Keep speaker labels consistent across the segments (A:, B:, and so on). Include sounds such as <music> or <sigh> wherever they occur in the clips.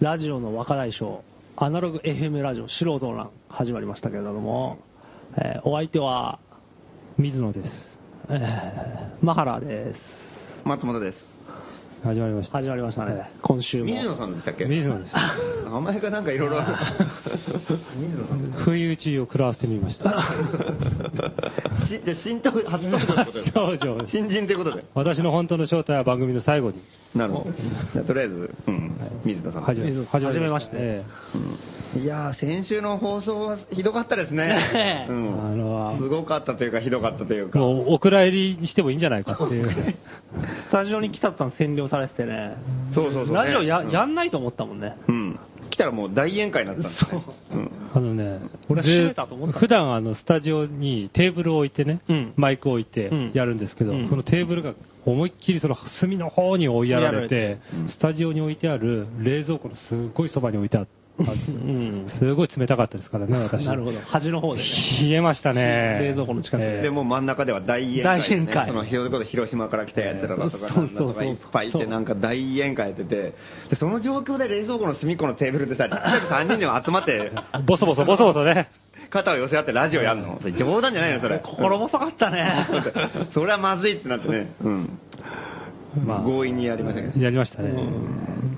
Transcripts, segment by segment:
A: ラジオの若大将、アナログ FM ラジオ、素人の欄、始まりましたけれども、えーお相手は、
B: 水野です。
A: えー、マハラです。
C: 松本です。
B: 始まりました。
A: 始まりましたね、今週も。
C: 水野さんでしたっけ
B: 水野です。
C: 名前がなんかいろいろ。水野さんで
B: 不意打ちを食らわせてみました。
C: <laughs> しじゃあ新登初登場ってこと
B: <laughs>
C: ですか
B: 初登場です
C: 新人ということで。
B: 私の本当の正体は番組の最後に。
C: なるほど。じゃあとりあえず、うん、水野さん。
B: 始め
A: 水野さん
B: 始めました
A: 初めまして
B: え
C: うんいやー、先週の放送はひどかったです
A: ね
C: ね。
A: え
C: うん
B: あのー
C: すごかったというか、ひどかったという
B: え
C: か。
B: もうお蔵入りにしてもいいんじゃないかっ
A: <laughs>
B: ていう。
A: スタジオに来たったの占領されててね、
C: そうそうそうね。
A: ラジオや,、、
C: うんん
A: やんないと思ったもんね。
C: うん。来たらもう大宴会になってたんですね。
B: あのね、
A: 俺
B: ずー
A: 閉めたと思った
B: 普段あのスタジオにテーブルを置いてね、
A: うん
B: マイクを置いて
A: うん
B: やるんですけど、
A: うん
B: そのテーブルが思いっきりその隅の方に追いやられ
A: 追いや
B: て、
C: れてうん
B: スタジオに置いてある冷蔵庫のすごいそばに置いてあったんですよ。
A: ん
B: すごい冷たかったですか
A: <laughs>
B: らね、私。
A: なるほど、端の方でね。
B: 冷えましたね。
A: 冷蔵庫の近くで
B: ええ
C: でもう真ん中では大宴会で、ね、
A: 大宴会
C: そのひどいこと広島から来たやつらだとか、
A: えー
C: なんだと
A: そうそうそ
C: か
A: う
C: いっぱいいて、なんか大宴会やってて、でその状況で冷蔵庫の隅っこのテーブルでさ、ちっちゃく3人でも集まって、
B: ボソボソボソボソね。
C: 肩を寄せ合ってラジオやるの、それ冗談じゃないの、それ、
A: 心細かった
C: <laughs>
A: ね。
C: それはまずいってなってね、うん、
B: まあ
C: 強引にやりましたけど、
B: やりましたね。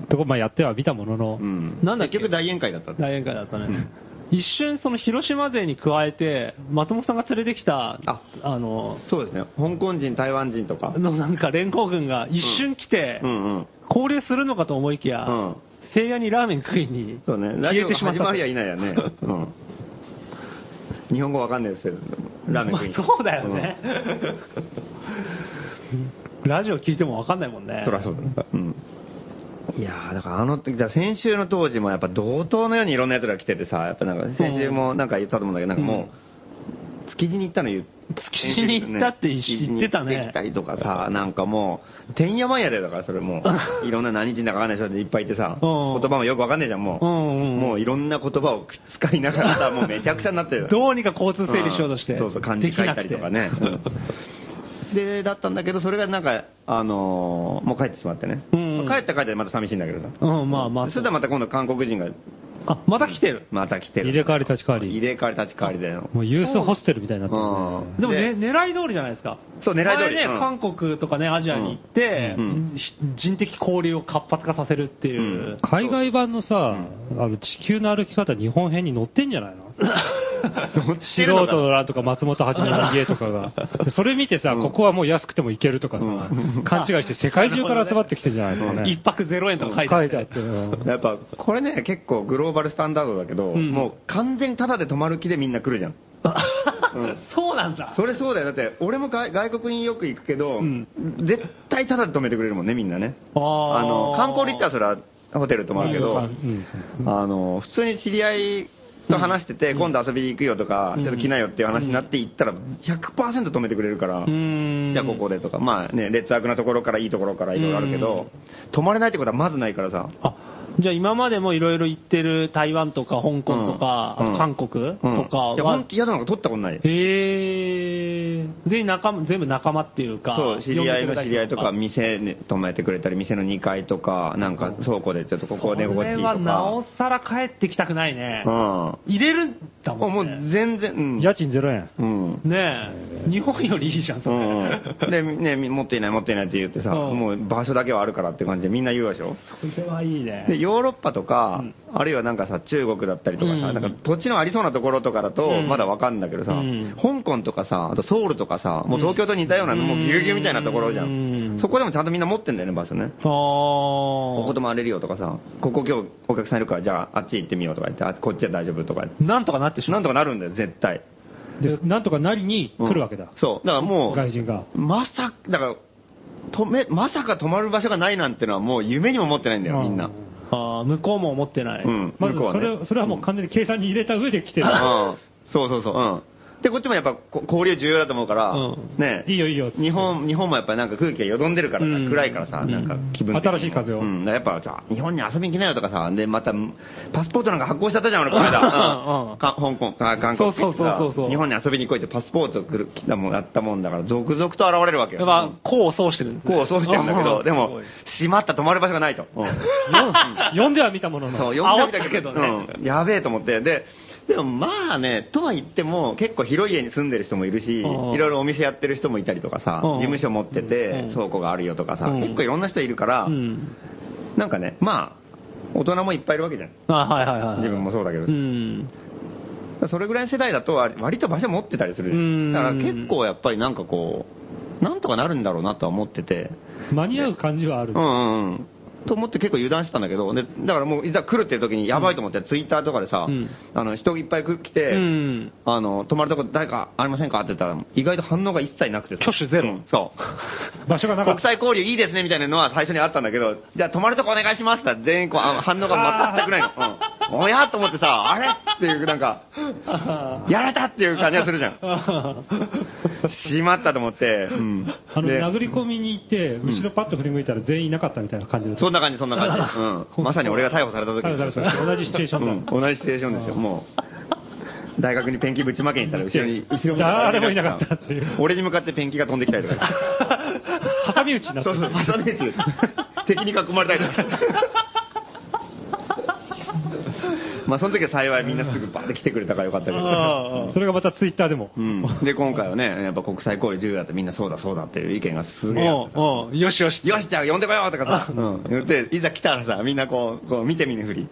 B: とこ、まあやっては見たものの、
C: うん、
A: なんだっけ
C: 結局大宴会だったって
A: 大宴会だったね。一瞬、その広島勢に加えて、松本さんが連れてきた、
C: あ
A: あの、
C: そうですね、香港人、台湾人とか、
A: のなんか連行軍が一瞬来て、
C: うんうん、
A: 交流するのかと思いきや、
C: うん
A: 聖夜にラーメン食いに
C: そうね、ラ
A: 消
C: ジ
A: え
C: オ
A: て
C: が
A: しまっ
C: 始
A: た。
C: まりやいないやね、うん、日本語わかんないですけど、ラーメン食いに
A: まあそうだよね。ラジオ聞いてもわかんないもんね。
C: そりゃそうだ、うん、いやーだからあの時だから先週の当時もやっぱ同等のようにいろんなやつら来ててさやっぱなんか先週もなんか言ったと思うんだけどなんかもう築地に行ったの言う
A: 築地に行ったって言言ってたね
C: 行きたりとかさなんかもうてんやまんやでだからそれもういろんな何人だかわかんない人でいっぱいいてさ言
A: うん
C: 葉もよくわかんないじゃんもう
A: うんうん
C: もういろんな言葉を使いながらさもうめちゃくちゃになってる
A: どうにか交通整理しようとして。
C: んそうそう、漢字書いたりとかね
A: できなくて。
C: で、だったんだけど、それがなんか、あのーもう帰ってしまってね。
A: うん
C: まあ帰った帰ったでまた寂しいんだけどさ。
A: うん、まあまあ。
C: そしたらまた今度韓国人が
A: あ、また来てる。
C: また来てる。
B: 入れ替わり立ち替わ
C: 入
B: り。
C: れ替わり立ち替わりだよ。
B: もうユースホステルみたいになってるね
C: うん
A: でもね、
C: で
A: 狙い通りじゃないですか。
C: そう狙い通り
A: あれね、
C: うん
A: 韓国とかね、アジアに行って、
C: うん
A: ひ人的交流を活発化させるっていう。
C: うん
B: 海外版のさ、あの地球の歩き方日本編に載ってんじゃないの
A: <laughs>
B: 素人の欄とか松本はじめの家とか
C: <laughs>
B: が。でそれ見てさ、ここはもう安くても行けるとかさ、
C: うん
B: 勘違いして世界中から集まってきてんじゃないのか
A: 一
B: ね。
A: 泊ゼロ円とか書いてあ
B: 書
A: っ
B: いて
A: て
B: あって。うん
C: やっぱ、これね、結構グローバルスタンダードだけど、
A: ん
C: もう完全にタダで泊まる気でみんな来るじゃん。うん
A: <laughs> そうなんだ。
C: それそうだよ。だって、俺も外外国によく行くけど、
A: ん
C: 絶対タダで泊めてくれるもんね、みんなね。
A: あー
C: あの、観光で行ったらそれはホテル泊まるけど、
B: うん
C: あの、普通に知り合いと話してて、今度遊びに行くよとか、ちょっと来なよっていう話になって行ったら、100%止めてくれるから、
A: うーん
C: じゃあここでとか、まあね、劣悪なところからいいところからいろいろあるけど、止まれないってことはまずないからさ。
A: あじゃあ今までもいろいろ行ってる台湾とか香港とか、
C: うん
A: あと韓国
C: うん
A: とか
C: いや、ほ
A: は
C: ん、と宿なんか取ったことないよ。
A: へえ全員仲間全部仲間っていうか
C: そう、知り合いの知り合いとか、
A: 呼んでくれた人
C: 店に泊めてくれたり、店の2階とか、なんか倉庫でちょっとここで
A: こ
C: 心地い
A: れ
C: いと
A: はなお
C: か。
A: さら帰ってきたくないね、
C: うん。
A: 入れるんだ
C: も
A: も
C: うん
A: ね
C: 全然、うん。
B: 家賃0円。
C: うん。
A: ねえ日本よりいいじゃんそれ、
C: うん、で、ね、み <laughs> 持っていない持っていないって言ってさ、
A: うん
C: もう場所だけはあるからって感じでみんな言うでしょ。
A: それはいいね
C: で、ヨーロッパとか、あるいはなんかさ、中国だったりとかさ、
A: うん
C: なんか土地のありそうなところとかだと、
A: うん
C: まだわかるんだけどさ、
A: うん
C: 香港とかさ、あとソウルとかさ、もう東京と似たような、もうぎゅうぎゅうみたいなところじゃん。
A: うん
C: そこでもちゃんとみんな持ってんだよね、場所ね。
A: あー
C: ここ泊まれるよとかさ、ここ今日お客さんいるから、じゃああっち行ってみようとか言って、あこっちは大丈夫とか言って。
A: なんとかなってしま
C: な
A: うん
C: とかなるんだよ、絶対。
B: で、なんとかなりに来るわけだ。
C: そう。だからもう、
B: 外人が。
C: まさか、だから、止め、まさか泊まる場所がないなんてのはもう夢にも思ってないんだよ、みんな。
A: あー向こうも思ってない、
C: うん。
B: まず
C: 向こ
B: そうれ、
C: はね
B: それはもう完全に計算に入れた上で来てる。
C: うんそうそうそう、うん。で、こっちもやっぱこ交流重要だと思うから、
A: うん
C: ね
B: いいよいいよ
C: 日本、日本もやっぱなんか空気がよどんでるからさ、
B: うん
C: 暗いからさ、なんか気分的にも
B: 新しい風を
C: うん、だからやっぱさ、日本に遊びに来なよとかさ、で、また、パスポートなんか発行しちゃったじゃん、俺、この間。
A: うんうん
C: か香港、か韓国
A: そうそうそうそうそう
C: 日本に遊びに来いってパスポート来る、来たもん、やったもんだから、続々と現れるわけよ。
A: やっぱ、こうそうしてるんですね
C: こう、そうしてるんだけ
A: う
C: ど、
A: ん
C: で
A: す
C: も
A: ごい、
C: 閉まった、泊まる場所がないと。
B: 読んでは見たものの。
C: そう、
A: あ
C: 呼んでみたけど、
A: 煽ったけどね
C: うん、やべえと思って。で、でもまあね、とは言っても、結構広い家に住んでる人もいるし、い
A: うん
C: ろいろお店やってる人もいたりとかさ、
A: うん
C: 事務所持って
A: う
C: て
A: ん、
C: 倉庫があるよとかさ、
A: うん
C: 結構いろんな人いるから、
A: うん。
C: なんかね、まあ、大人もいっぱいいるわけじゃん。
A: あ、はいはいはい。
C: 自分もそうだけど
A: う。ん。
C: それぐらいの世代だと割、割と場所持ってたりす
A: う
C: る。
A: ん
C: だから結構やっぱりなんかこう、なんとかなるんだろうなとは思ってて、
B: 間に合う感じはある
C: う。んうんうん。と思って結構油断してたんだけど、でだからもういざ来るっていう時にやばいと思って、ツイッターとかでさ、
A: うん
C: あの人いっぱい来来て、
A: うん。
C: あの、泊まるとこ誰かありませんかって言ったら、意外と反応が一切なくてさ
A: 挙手ゼロ
C: うん <laughs> そ
B: 場所が
C: う。
B: なかっ
C: 国
B: た。
C: 際交流いいですねみたいなのは最初にあったんだけど、じゃあ泊まるとこお願いしますって言ったら全員こうあの反応が全くないの。
A: <laughs>
C: うん、おやと思ってさ、あれっていうなんか、やられたっていう感じがするじゃん。
A: <laughs>
C: しまったと思って、うん。
B: あの、
C: で
B: 殴り込みに行って、後ろパッと振り向いたら全員いなかったみたいな感じだった
C: そんな感じ、そんな感
B: <laughs>
C: じ。うん。まさに俺が逮捕された時
B: 逮捕された時同じシチュエーションだ
C: うん同じシチュエーションですよ、もう。大学にペンキぶちまけに行ったら、後ろ
B: <laughs>
C: に、後ろに
B: 誰もいなかったっていう
C: 俺に向かってペンキが飛んできたりと
B: <laughs>
C: か。
B: 挟み撃ちになって
C: そう
B: る
C: そう、挟み撃ちです。敵に囲まれたりとか。
B: <laughs>
C: まあ、その時は幸いみんなすぐバーって来てくれたからよかったけど。
A: あ
B: それがまたツイッターでも。
C: うん。で、今回はね、やっぱ国際交流重要だってみんなそうだそうだっていう意見がす
A: あ。
C: げえあって。
A: おうおうよしよし。
C: よし、じゃあ呼んでこようとかさ、うん、言って、いざ来たらさ、みんなこう、こう見て見ぬふり。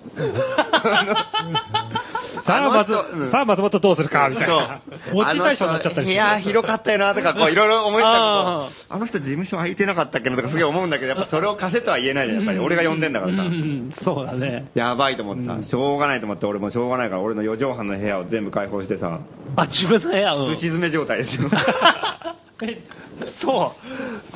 B: さあ、
C: の
B: まず
C: 人うん、
B: さあ、松本どうするか、みたいな。
C: そう
B: ウォッチ対象になっちゃったりして。
C: あの人部屋広かったよなとか、こう、いろいろ思いつつあ
A: あ
C: の人事務所空いてなかったっけどとかすげえ思うんだけど、やっぱそれを貸せとは言えないじゃん、やっぱり。俺が呼んでんだからさ
A: う。ん、そうだね。
C: やばいと思ってさ、しょうがないと思って、俺もしょうがないから、俺の4畳半の部屋を全部開放してさ、
A: あ、自分の部屋、う
C: す
A: ん。
C: し詰め状態です
A: <laughs>
C: よ。
A: えそ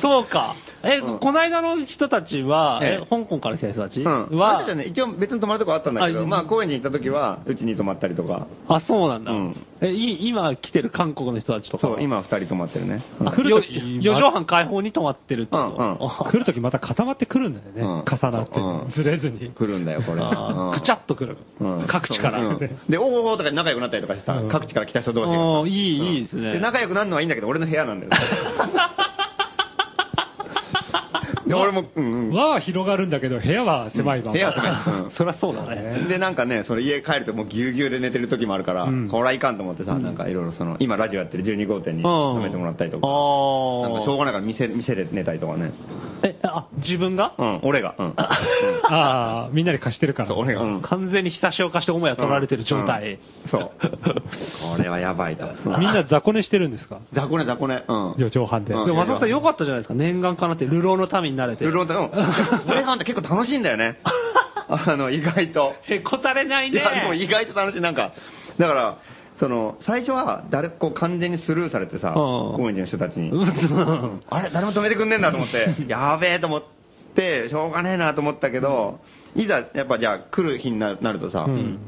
A: う、そうか。え、
C: うん
A: こないだの人たちは、
C: え
A: え
C: え
A: 香港から来た人たち
C: うん。
A: は、
C: あの人ね、一応別に泊まるとこあったんだけど、
A: あ
C: まあ、公園に行った時は、うちに泊まったりとか。
A: あ、そうなんだ。
C: うん
A: え、い今来てる韓国の人たちとか
C: そ
A: は。
C: う、今2人泊まってるね。うん
A: あ、
B: 来る
A: よ
B: 時
A: 四畳半開放に泊まってるってこと。
C: うんうん
A: あ
B: 来るときまた固まってくるんだよ
C: う
B: ね。
C: ん
B: 重なって、
C: うん
B: ずれずに。
C: 来るんだよ、これ。
A: あ
C: う
A: ー
C: ん
A: くちゃっと来る。
C: うん
A: 各地から。
C: うんで、おーおーとか仲良くなったりとかしてさ
B: うん
C: 各地から来た人同士が。
A: ああ、いい、いいですね。
C: で、仲良くなるのはいいんだけど、俺の部屋な
A: <laughs>
C: んだよ。で、俺も、うんうん。
B: 輪は広がるんだけど、部屋は狭いわ。
C: 部屋狭いうん
A: そりゃそうだね。
C: で、なんかね、その家帰るともうぎゅうぎゅうで寝てる時もあるから、
B: うん
C: これはいかんと思ってさ、なんかいろいろその、今ラジオやってる12号店に
A: うん
C: 泊めてもらったりとか、なんかしょう
A: あ
C: がないから店店で寝たりとかね。
A: あ。え、あ、自分が
C: うん、俺が。
A: <laughs>
C: うん。
B: ああ、みんなで貸してるか
C: そ
B: ら
C: う、。俺が。うん。
A: 完全にひたしを貸して母屋取られてる状態。
C: うんそう。これはやばいと。
B: みんな雑魚寝してるんですか
C: 雑魚ね、雑魚ね。うん。
B: 四畳半で。
C: うん
A: でも、松本さん良かったじゃないですか。念願かなって、流浪の民になれて。
C: ルロータの、
A: <laughs>
C: 俺があんた結構楽しいんだよね。あの、意外と。
A: へこたれない
C: い
A: ね。
C: や、でも意外と楽しい。なんか、だから、その、最初は、誰、こう完全にスルーされてさ、
A: うん
C: 高円寺の人たちに
A: う。ん
C: あれ、誰も止めてくんねえんだと思って、
A: <laughs>
C: やべえと思って、しょうがねえなと思ったけど、いざ、やっぱじゃあ来る日にななるとさ、
B: うん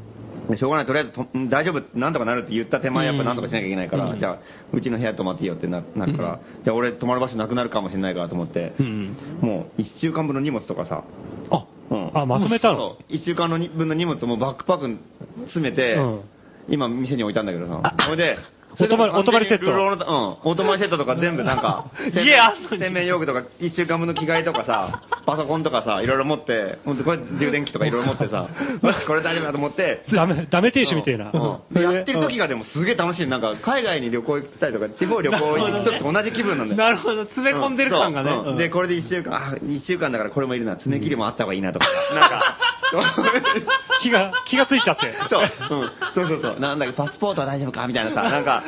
C: でしょうがない、とりあえずと大丈夫、なんとかなるって言った手前、やっぱなんとかしなきゃいけないから、
A: うん
C: じゃあ、うちの部屋泊まっていいよってななるから、じゃあ俺泊まる場所なくなるかもしれないからと思って、
A: うん。
C: もう1週間分の荷物とかさ、
A: あ、
C: うん
B: あ、まとめたの
C: そう1週間のに分の荷物をもうバックパックに詰めて、
B: うん
C: 今、店に置いたんだけどさ、それで、
B: <laughs> お泊まり
C: それでも完全に
B: お泊まりセット
C: ルローのうん、お泊まりセットとか全部なん
B: <laughs>
C: か、
A: 家あんのに
C: 洗面用具とか、1週間分の着替えとかさ、パソコンとかさ、いろいろ持って、ほんとこれ充電器とかいろいろ持って
B: <laughs>
C: さ、よし、これ大丈夫だと思って、
B: ダメ、ダメ亭主みたいな。
C: うんやってる時がでもすげえ楽しい。なんか、海外に旅行行ったりとか、地方旅行行く時と同じ気分なんだよ。
A: なるほど。詰め込んでる感がね。
C: うん
A: う
C: そうんで、これで1週間、あ、1週間だからこれもいるな、爪切りもあった方がいいなとか、な
A: <laughs>
C: んか、
B: 気が、気がついちゃって。
C: そう、うん、そうそうそう、なんだっけ、パスポートは大丈夫かみたいなさ、な
A: <laughs>
C: んか、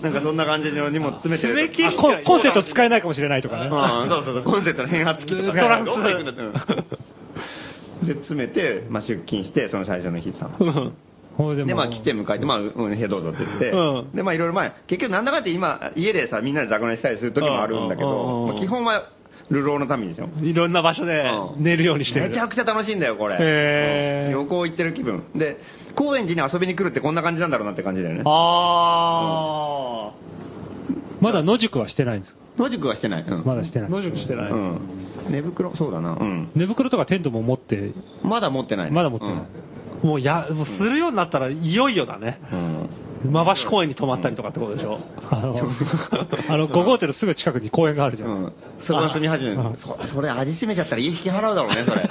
C: なんかそんな感じの荷物詰めてると。
A: 爪切
B: あ
A: り
B: コンコンセント使えないかもしれないとかね。
C: うん、そうそうそう、コンセントの変圧器とか、
A: トランクス
C: <laughs> どこ行くんだってうんで、詰めて、まあ、出勤して、その最初の日さ。
A: うん
B: ほいで
C: で、まあ
B: もう
C: 来て迎えて、まあ、うん、部屋どうぞって言って、
A: うん
C: で、まあいろいろ前、結局なんだかんだ言って今、家でさ、みんなで雑魚寝したりする時もあるんだけ
A: うんうんうん
C: ど、
A: うん
C: まあ基本は、流浪の民ですよ。
A: いろんな場所で
C: うん
A: 寝るようにしてる。
C: めちゃくちゃ楽しいんだよ、これ。
A: へー
C: うん旅行行ってる気分。で、高円寺に遊びに来るってこんな感じなんだろうなって感じだよね。
A: あ
B: まだ野宿はしてないんですか
C: 野宿はしてない。うん。。
B: まだして
A: あ、
B: ない。
A: 野宿してないう
C: ん。寝袋、そうだな。うん。
B: 寝袋とかテントも持って、
C: まだ持ってないね、
B: まだ持ってない。
A: もうや、もうするようになったらいよいよだね。
C: うん。うん
A: 馬橋公園に泊まったりとかってことでし
C: <laughs>
A: ょ。
B: あの、あの5号店のすぐ近くに公園があるじゃ。
C: うんん。そこが住み始める。そそれ味しめちゃったら家引き払うだろうね、それ。ね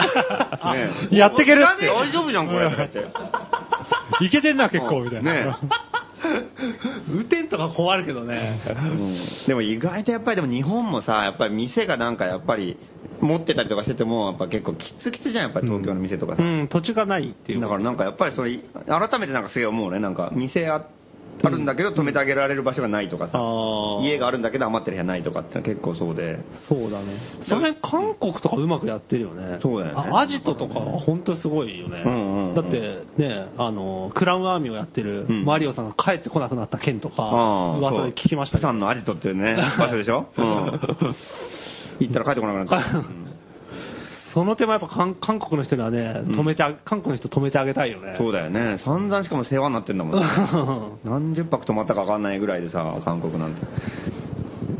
C: え
B: <laughs> やってける
C: なん
B: って
C: で大丈夫じゃん、これ。とか言って。
B: いけてんな、 <laughs> 結構、みたいな。
C: ね
A: 雨天とか困るけどね。
C: うんでも意外とやっぱりでも日本もさ、やっぱり店がなんかやっぱり持ってたりとかしてても、やっぱ結構きつきつじゃん、やっぱり東京の店とかさ。
A: うん、土地がないっていう。
C: だからなんかやっぱりそれ、改めてなんかすげえ思うね。なんか店ああるんだけど止めてあげられる場所がないとか
A: あ
C: さ、
A: ー
C: 家があるんだけど余ってる部屋ないとかってのは結構そうで。
A: そうだね。それ、韓国とかうまくやってるよね。
C: そうだよね
A: あアジトとか、本当すごいよね。
C: うんうんうん
A: だって、ね、あの、クラウンアーミーをやってる、
C: うん
A: マリオさんが帰ってこなくなった件とか、
C: ああ
A: 噂で聞きましたけ
C: プ
A: ど
C: サン。のアジトっていう
A: <laughs>
C: ね、場所でしょうん。行ったら帰ってこなくなっ
A: <laughs>
C: ちゃう。
A: その手前やっぱ韓韓国の人にはね、止めてあ、韓国の人止めてあげたいよね。
C: そうだよね。散々しかも世話になってんだもんね。何十泊泊まったか分かんないぐらいでさ、韓国なんて。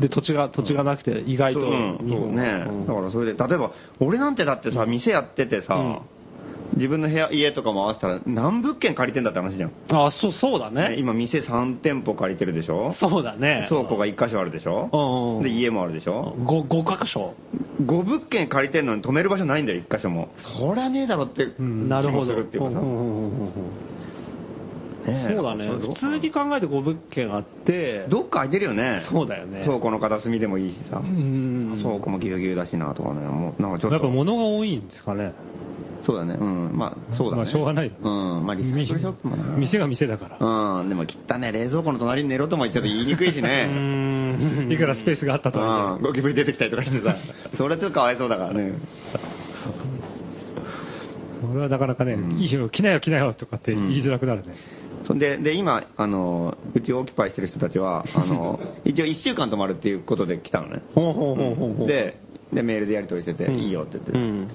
A: <laughs> で、土地が、土地がなくて、意外と、
C: うん、
A: 日
C: そう
A: 本
C: ね、
A: うん
C: だからそれで、例えば、俺なんてだってさ、店やっててさ、
A: うん
C: 自分の部屋、家とかも合わせたら、何物件借りてんだって話じゃん。
A: あ、そう、そうだ
C: ね
A: ね。
C: 今、店3店舗借りてるでしょ
A: そうだね。
C: 倉庫が1箇所あるでし
A: うんうんう
C: ょ
A: ん
C: で、家もあるでしょ
A: ご五箇所。
C: 5物件借りてんのに止める場所ないんだよ、1箇所も。そりゃねえだろって、
B: ん
A: なるほど。
C: 気もするっていうかさ
A: うんうんうんうんうん
C: ねえ
A: そうだね。普通に
C: ど
A: 考えて5物件あって、
C: どっか空いてるよね。
A: そうだよね。
C: 倉庫の片隅でもいいしさ。
A: うん。
C: 倉庫もぎゅうぎゅうだしなとかね、もうなんかちょっと。
B: <laughs> やっぱ物が多いんですかね。
C: そうだね、うん、まあそうだね。
B: まあしょうがない
C: うん、まあリサイクルショップもな
B: 店が店だから。
C: うん、でも汚ね、冷蔵庫の隣に寝ろとも言っちゃって言いにくいし
B: う
C: ね。
B: ーんいくらスペースがあったとは
C: うん、ゴキブリ出てきたりとかして
B: <laughs>
C: さ、それちょっとかわいそうだからね。
B: 俺はなかなかね、
C: うん
B: いいよ、着なよ、着なよとかって言いづらくなるね。
C: そんで、で、今、あの、うちをオキパイしてる人たちは、あ
A: <laughs>
C: の、一応1週間泊まるっていうことで来たのね。
A: ほうほうほうほうほう。
C: で、で、メールでやり取りしてて、
A: うん
C: いいよって言って、
A: うん。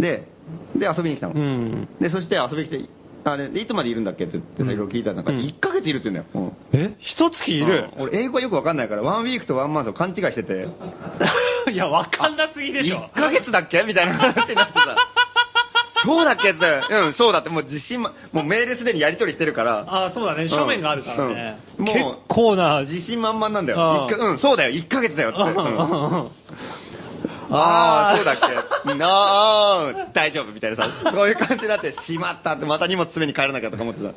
C: で、で、遊びに来たの。
A: うん。
C: で、そして遊びに来て、あれ、でいつまでいるんだっけって言ってさ、いろいろ聞いたら、なんか
A: うん
C: 1ヶ月いるって言うんだよ。うん
A: え一月いる
C: うん俺、英語はよくわかんないから、ワンウィークとワンマンスを勘違いしてて、
A: <laughs> いや、わかんなすぎでしょ
C: 1。ヶ月だっけみたいな話になって
A: <laughs>
C: さ、そうだっけって、うん、そうだって、もう自信ま、もうメールすでにやり取りしてるから、
A: あ、そうだね。書面があるからね。
C: うんうんも
B: 結構な
C: う、、自信満々なんだ
A: あ
C: よ。
A: ー
C: 一かうん、そうだよ、1ヶ月だよって。
A: うん <laughs>
C: う
A: うんんうん
C: あ
A: あ
C: あ、
A: ー
C: そうだっけなあ、大丈夫みたいなさ、そういう感じになって、しまったって、また荷物詰めに帰らなきゃとか思ってさ。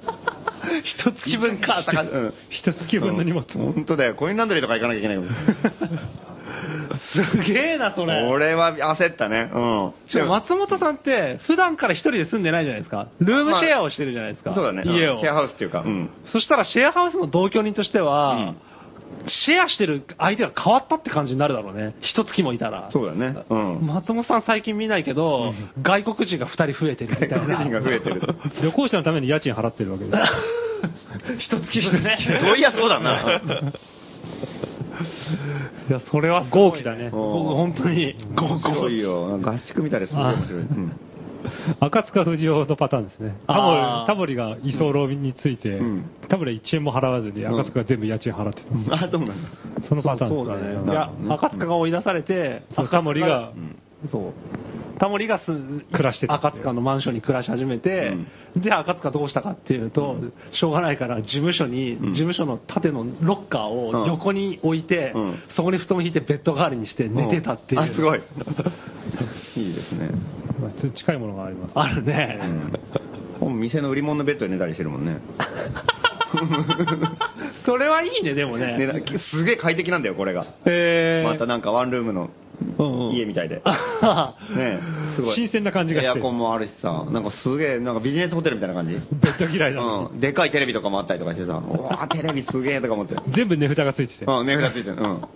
A: 一月分か。
C: 高橋うん
B: 一月分の荷物も。
C: 本当だよ、コインランドリーとか行かなきゃいけないもん
A: すげえな、それ。
C: 俺は焦ったね。うん。
A: しかも松本さんって、普段から一人で住んでないじゃないですか。ルームシェアをしてるじゃないですか。
C: そうだね。うん
A: 家を。
C: シェアハウスっていうか、うん。
A: そしたらシェアハウスの同居人としては、
C: うん
A: シェアしてる相手が変わったって感じになるだろうね。一月もいたら。
C: そうだね。うん。
A: 松本さん最近見ないけど、外国人が二人増えてるみたい
C: 外国
A: な。
C: 人が増
A: <laughs>
C: えてる。
B: 旅行者のために家賃払ってるわけです。
A: 一月分ね。
C: そういや、そうだ <laughs> な。
B: いや、それは豪気だね。
A: 僕本当に、
C: 面白いよ。合宿みたいですごい面白い。うん
B: <laughs> 赤塚不二夫のパターンですね。タ
A: あ
B: モ
A: ー
B: リタモリが居候について、
C: うん
B: タモリは1円も払わずに赤塚が全部家賃払って
C: あ、そうなんだ。
B: た。そのパターンで
A: そ
B: す
A: うだね。
B: ね
A: いや、赤塚が追い出されて、
B: そう。タモリが、
A: そう。タモリがす
B: 暮らしてた
A: 赤塚のマンションに暮らし始めて、で、赤塚どうしたかっていうと、しょうがないから事務所に、
C: ん
A: 事務所の縦のロッカー
C: う
A: を
C: ん
A: 横に置いて、
C: うん
A: そこに布団を引いてベッド代わりにして寝てたっていう。
C: あ、すごい。いいですね。
B: まあちょっと近いものがあります。
A: あるね
C: う。んもう店の売り物のベッドで寝たりしてるもんね。
A: それはいいね、でもね。
C: 寝なすげえ快適なんだよ、これが。
A: えー
B: <laughs>
C: またなんかワンルームの
A: うんうん
C: 家みたいで。
A: あ
C: ねすごい。
B: 新鮮な感じがして
C: エアコンもあるしさ、なんかすげえ、なんかビジネスホテルみたいな感じ。
B: ベッド嫌いだもん、
C: うん。でかいテレビとかもあったりとかしてさ、うわーテレビすげえとか思って。
B: 全部値札がついてて、
C: うん、値札ついてる。うん。
A: ま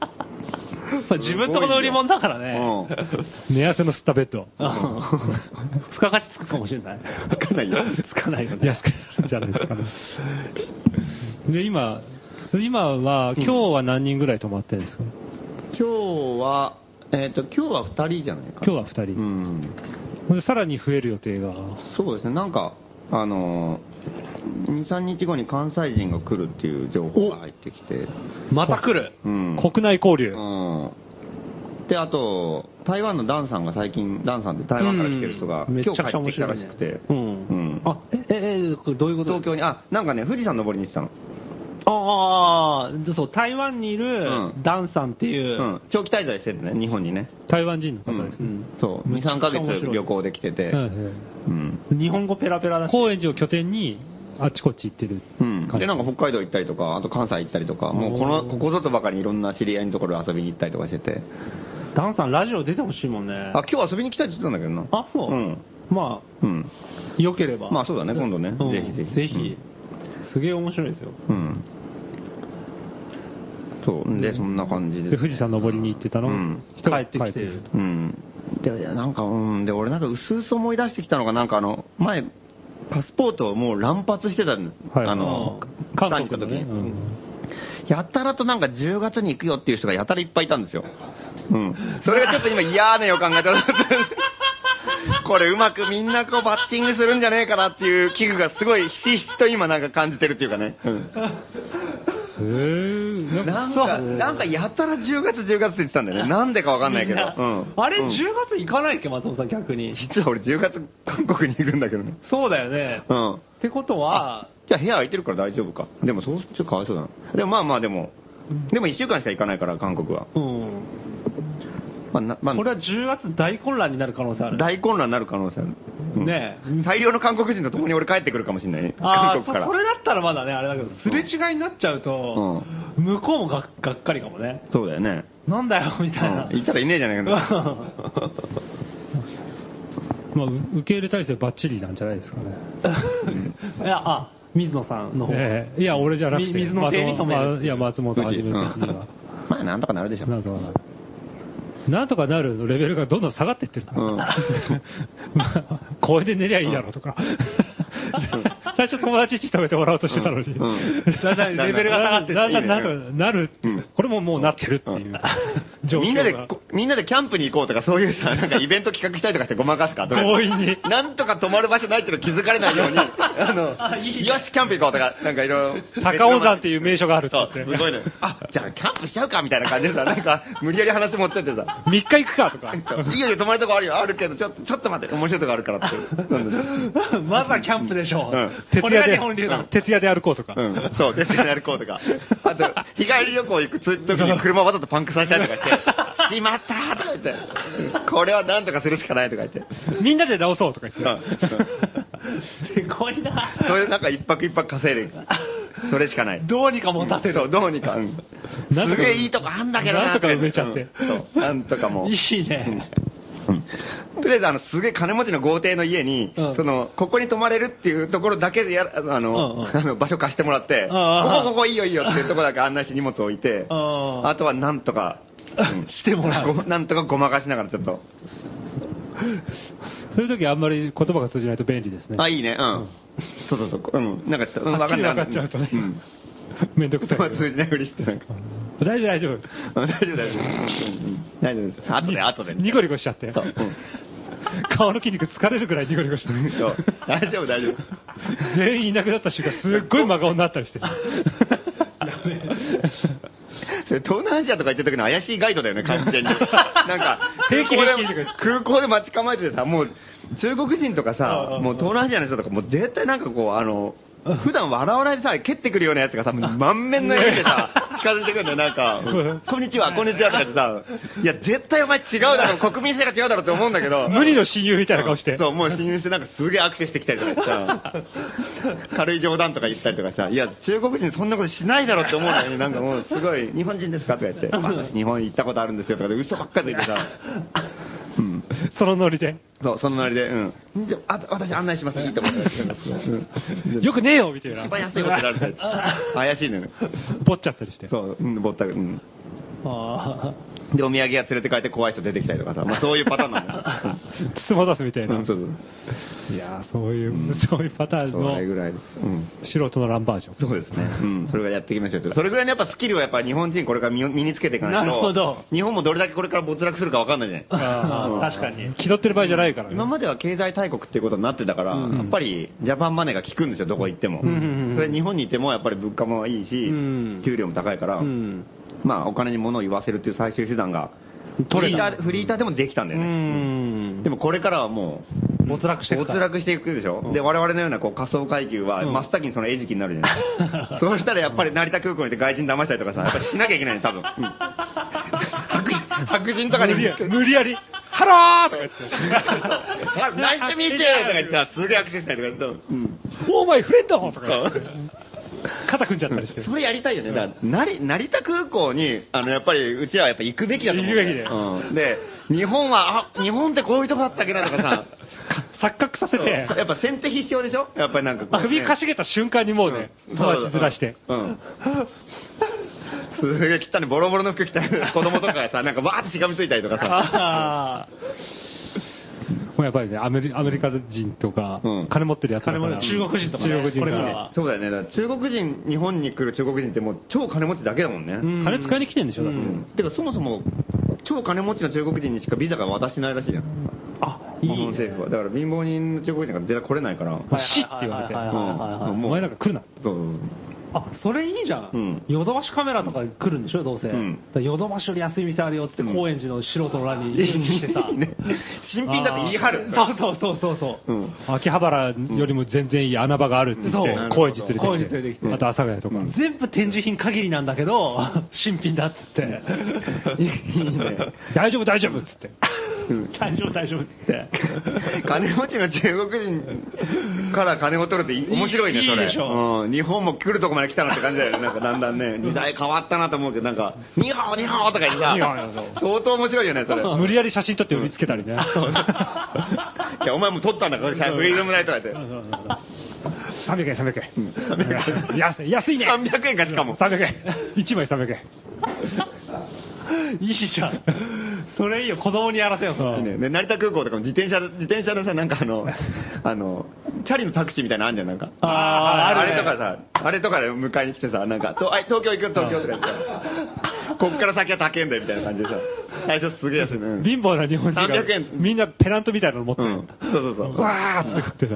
A: あ <laughs> 自分とこの売り物だからね。
C: うん。
B: 寝汗の吸ったベッド。
C: <laughs>
A: うん付加価値つくかもしれない。
C: つかないよ。
A: つかないよね。
B: 安くなるんじゃないですかね。で、今、今は、今日は何人ぐらい泊まってるんですか、
C: 今日は、えっと、今日は2人じゃないかな。
B: 今日は2人。
C: うん。
B: ほんでさらに増える予定が。
C: そうですね、なんか、あのー、2、3日後に関西人が来るっていう情報が入ってきて、
A: また来る。
C: うん。
B: 国内交流。
C: うん。で、あと、台湾のダンさんが最近、ダンさんって台湾から来てる人が、
A: うんめちゃ
C: 今日
A: くち
C: 帰
A: ゃ
C: っ
A: 面白
C: てきたら
A: い、
C: し
A: ね
C: くて、
A: う
C: うんん。
A: あ、え、え、え、これどういうこと
C: 東京に、あ、なんかね、富士山登りに行ってたの。
A: ああ、でそう、台湾にいる
C: うん
A: ダンさんっていう、
C: うん。長期滞在しててね、日本にね。
B: 台湾人の方です
C: う
B: ね。
C: んそう、2、3ヶ月旅行で来てて、
B: はいはい
C: うん。
A: 日本語ペラペラだし、
B: 高円寺を拠点に、あちこち行ってる
C: うん、
B: 感じ
C: で、なんか北海道行ったりとか、あと関西行ったりとか、もうこの、ここぞとばかりにいろんな知り合いのところ遊びに行ったりとかしてて、
A: ダンさんラジオ出てほしいもんね。
C: あ、今日遊びに来たって言ってたんだけどな。
A: あそう。
C: うん。
A: ま
C: うん。
A: あ、良ければ。
C: まあそうだね、今度ね。
A: うん
C: ぜひぜひ。
A: ぜひ。すげえ面白いですよ。
C: うん。うん。そう、で、そんな感じで
B: で、富士山登りに行ってたの、
C: うん
B: 人
A: 帰
B: が
A: ってきてる。
C: うん。で、なんか、うん、で、俺なんか、うすうす思い出してきたのが、なんかあの、前、パスポートをもう乱発してたん
B: はい
C: あの、
B: 韓
C: 韓
B: 国
C: 国
B: の
C: の
B: ね
C: 時に。
B: うん
C: やたらとなんか10月に行くよっていう人がやたらいっぱいいたんですよ。うん。 <laughs> それがちょっと今嫌な予感がちょっとこれうまくみんなこうバッティングするんじゃねえかなっていう器具がすごいひしひしと今なんか感じてるっていうか <laughs> ね。うん。
B: すー
C: なんか、なんかやたら10月10月って言ってたんだよね。なんでかわかんないけど。うん。
A: あれ、
C: うん
A: 10月行かないっけ、松本さん、逆に。
C: 実は俺10月韓国にいるんだけどね。
A: そうだよね。
C: うん。
A: ってことは、
C: じゃあ部屋空いてるから大丈夫か。でもそう、ちょっとかわいそうだな。でもまあまあでも、でも1週間しか行かないから韓国は。
A: うん。
C: まあな、まあ、
A: これは10月大混乱になる可能性ある。
C: 大混乱になる可能性ある。うん
A: ねえ
C: 大量の韓国人と共に俺帰ってくるかもしれないね。
A: ああ、
C: 韓
A: そ
C: 国から
A: そ。れだったらまだね、あれだけど、すれ違いになっちゃうと、向こうもががっかりかもね。
C: そうだよね。
A: なんだよ、み
C: う
A: たいな。
B: <laughs>
C: んいたらいねえじゃないかな。
B: まあ、う受け入れ体制ばっちりなんじゃないですかね。
A: いや、あ、水野さんの方。
B: ええいや、俺じゃなくて、
A: み水の手に止める
B: 松本まあいや、松本はじめ的に
C: うちうん
B: は。
C: まあなんとかなるでしょ。
B: なんとかなる。なんとかなるのレベルがどんどん下がってってる。
C: うん
B: <laughs> まあ公園で寝りゃいいだろうとか。最初友達んち止めてもらおうとしてたのに。
C: うんうん
B: だんだんレベルが下がってって
C: だんだん
B: だんだんなんとかなる
C: うん。
B: これももうなってるっていう状況が。
C: みんなで、こみんなでキャンプに行こうとかそういうさ、なんかイベント企画したりとかしてごまかすか。とりあえず
B: 強引に
C: なんとか泊まる場所ないっていうの気づかれない
B: <laughs>
C: ように、あの、よし、キャンプ行こうとか、なんかいろいろ。
B: 高尾山っていう名所があるって
C: そ
B: 言
C: う、
B: って
C: すごいね。あ、じゃあキャンプしちゃうかみたいな感じでさ、なんか無理やり話持ってってさ。
B: 3日行くかと
C: <laughs>
B: か。
C: いいよいいよ、泊まるとこあるよ、あるけど、ちょっと、ちょっと待って、面白いとこあるからって。
A: まずはキャンプでしょ
C: うん
A: う。
B: 徹
A: これ
B: 夜
A: が
B: で
A: 日本流だ、。
B: 徹夜で歩こうとか。
C: うん。そう、デスクに歩こうとか。あと、日帰り旅行行く時に車わざとパンクさせたりとかして、しまったーとか言って、これはなんとかするしかないとか言って。
B: みんなで直そうとか言
C: うん
B: って。
A: すごいな。
C: それでなんか一泊一泊稼いでいく。それしかない。
A: どうにか持たせ
C: そう、
A: る。
C: どうにか。うん
B: なんと
C: す
B: か
C: げえいいとこあんだけど
B: なんとか埋めちゃって
C: うんそう、なんとかもう。
A: いいね。
C: うんとりあえず、あの、すげえ金持ちの豪邸の家に、
A: うん
C: その、ここに泊まれるっていうところだけでや、あの、あの
A: うんうん
C: <laughs> あの場所貸してもらって、こ
A: ああ
C: こここいいよいいよっていうところだけ案内して荷物置いて、
A: ああ
C: あとはなんとか、うん
A: してもらう
C: ごなんとかごまかしながらちょっと。
B: そういう時あんまり言葉が通じないと便利ですね。
C: あ、いいね、うん。そうそうそう、うん。なんかちょっと、うん、わかんない。
B: はっきり分かっちゃうとね
C: ん。
B: <laughs> めんどくさい
C: 言
B: け
C: 葉
B: ど。
C: 通じないふりして、なんか。
B: 大丈夫大丈夫。
C: うん大丈夫、大丈夫。うん大丈夫です。後で、後で。
B: ニコニコしちゃって。
C: そううん
B: 顔の筋肉疲れるぐらいニコニコして
C: そう大丈夫、大丈夫。
B: 全員いなくなった瞬間、すっごい真顔になったりして。
C: <laughs> それ東南アジアとか行ってる時の怪しいガイドだよね、完
B: <laughs>
C: 全に。なんか、空港
B: 平気平
C: で
B: 気、
C: 空港で待ち構えててさ、もう、中国人とか
B: うんうん
C: さ
B: う、ん
C: もう東南アジアの人とか、もう絶対なんかこう、あの、普段笑わないでさ、蹴ってくるようなやつがさ、満面の笑みでさ、近づいてくるんだよ、なん
B: <laughs> うん
C: か、こんにちは、こんにちはとかってさ、いや、絶対お前違うだろ、国民性が違うだろって思うんだけど、
B: 無理の親友みたいな顔して。
C: そう、もう侵入してなんかすげえ握手してきたりとか
B: <laughs>
C: さ、軽い冗談とか言ったりとかさ、いや、中国人そんなことしないだろって思うのに、なんかもうすごい、日本人ですかとか言って、あ私日本行ったことあるんですよとかで嘘ばっかりついてさ、うん。
B: そのノリで。
C: そう、そのなりで、うん。じゃあ、あ私案内します、いいと思って。
B: <laughs> よくねえよみたい
C: 一
B: な。
C: 番安いホテルあるから怪しいのよ。
B: ぼっちゃったりして。
C: そう、うん、ぼったく、うん。
A: ああ
C: で、お土産屋連れて帰って怖い人出てきたりとかさ、まあそういうパターンなんだよ。
B: 包ま出すみたいな。
C: うんそうそう
B: いやーそういう、そういうパターン
C: それぐ
B: の
C: らいです。うん。
B: 素人のランバージョン。
C: そうですね。うん。それがやっていきましょうとそれぐらいのやっぱスキルはやっぱ日本人これから身を身につけていかないと。
A: なるほど
C: 日本もどれだけこれから没落するかわかんないじゃない。
A: ああ確かに。
B: 気取ってる場合じゃないからね。
C: 今までは経済大国っていうことになってたから、
A: うん
C: やっぱりジャパンマネーが効くんですよ、どこ行っても。
A: うんうんうん
C: それ日本にいてもやっぱり物価もいいし、
A: うん
C: 給料も高いから、
A: うん。
C: まあお金に物を言わせるっていう最終手段が、フ
A: 取
C: リ
A: れ
C: ータ
A: た
C: ーフリーターでもできたんだ
A: う
C: よね。
A: ん。
C: でもこれからはもう、
A: 没落していくか
C: 没
A: ら。
C: 落していくでしょ、で、我々のようなこう仮想階級は、
A: うん
C: 真っ先にその餌食になるじゃ <laughs> ないそうしたらやっぱり成田空港に行って外人騙したりとかさ、やっぱりしなきゃいけないね、多分。 <laughs> うん白人白人とかに
B: 無理や無理やり、ハローとか言って。
C: ナイスミーチとか言ってさ、すげえ握手したりとか、うん、
B: オーマイフレンドとか
C: そ
B: 言って
C: う。
B: 肩組んじゃったりして。
C: それやりたいよね。だから成成田空港に、あの、やっぱり、うちらはやっぱ行くべきだと思う。
B: 行くべきだ
C: うん。で、日本は、あ、日本ってこういうとこだったっけなとかさ、 <laughs>
B: 錯覚させて、
C: やっぱ先手必勝でしょやっぱりなんかこうね、
B: 首かしげた瞬間にもうね、友達ずらして。
C: うん。すげえ汚い、ボロボロの服着た子供とかがさ、なんかわーってしがみついたりとかさ。
A: ああ。
B: もうやっぱりね、アメリアメリカ人とか
C: うん、
B: 金持ってるやつだから
A: 金持ち中国人とかね
B: 中国人
A: これ
B: が
A: から
B: ね
A: は
C: そうだよね。だから中国人、日本に来る中国人ってもう超金持ちだけだもんね。
A: うん
B: 金使いに来てんでしょ、だって。
A: うん
C: てかそもそも、超金持ちの中国人にしかビザが渡してないらしいじゃん。
A: あ、い
C: 日
A: い
C: 本
A: ね。
C: 政府は。だから貧乏人の中国人が絶対来れないから。
B: はい死って言われて
A: はいはいはいはいはい
C: うんもう
B: お前なんか来るな。
C: そうそう
A: あ、それいいじゃ
C: うんん。
A: ヨドバシカメラとか来るんでしょ、どうせ。
C: うん
A: だからヨドバシより安い店あるよっつって、
C: うん
A: 高円寺の素人の欄に一日してさ。
C: いいね <laughs> 新品だって言い張る
A: あーそうそうそうそう
C: そう
A: そう。
C: ん。
B: 秋葉原よりも全然いい穴場があるって言って
A: そう、
B: 高円寺連れてき
A: 高円寺連れて
B: て
A: き、て
B: あと阿佐ヶ谷とか。
A: 全部展示品限りなんだけど、新品だっつって。
C: いいね。
B: 大丈夫、大丈夫っつって。
A: 大丈夫、大丈夫っつって。
C: 金持ちの中国人から金を取るってい面白いね、
A: いい
C: それ。
A: いいでしょ
C: うん。日本も来るとこまで来たなって感じだよね。なんかだんだんね、時代変わったなと思うけど、なんか、ニハオニハオとか言ってさ
B: ニハオニハ、
C: 相当面白いよね、それ。
B: 無理やり写真撮って売りつけたりね。
C: いや、お前も取ったんだから、フリーズムないとか言って。
B: 300円、300円。安い、安いね。
C: 300円かしかも。
B: 300円。1枚300円。
A: いいじゃん。それいいよ、子供にやらせよ、それ。
C: ね、で成田空港とかも自転車、自転車のさ、なんか
A: <laughs>
C: あの、あの、チャリのタクシーみたいなのあんじゃん、なんか。
A: ああ、あ
C: あ
A: るね
C: れとかさ、あれとかで迎えに来てさ、なんか、とはい、東京行くよ、東京とか言
A: <laughs>
C: ってさ、こっから先は高いんだよ、みたいな感じでさ、最初すげえ安いね。うん
B: 貧乏な日本人が
C: 300円
B: みんなペナントみたいなの持って
C: う
B: る、
C: ん。そうそうそう。
B: わーっつって
C: <laughs>
B: 食ってさ、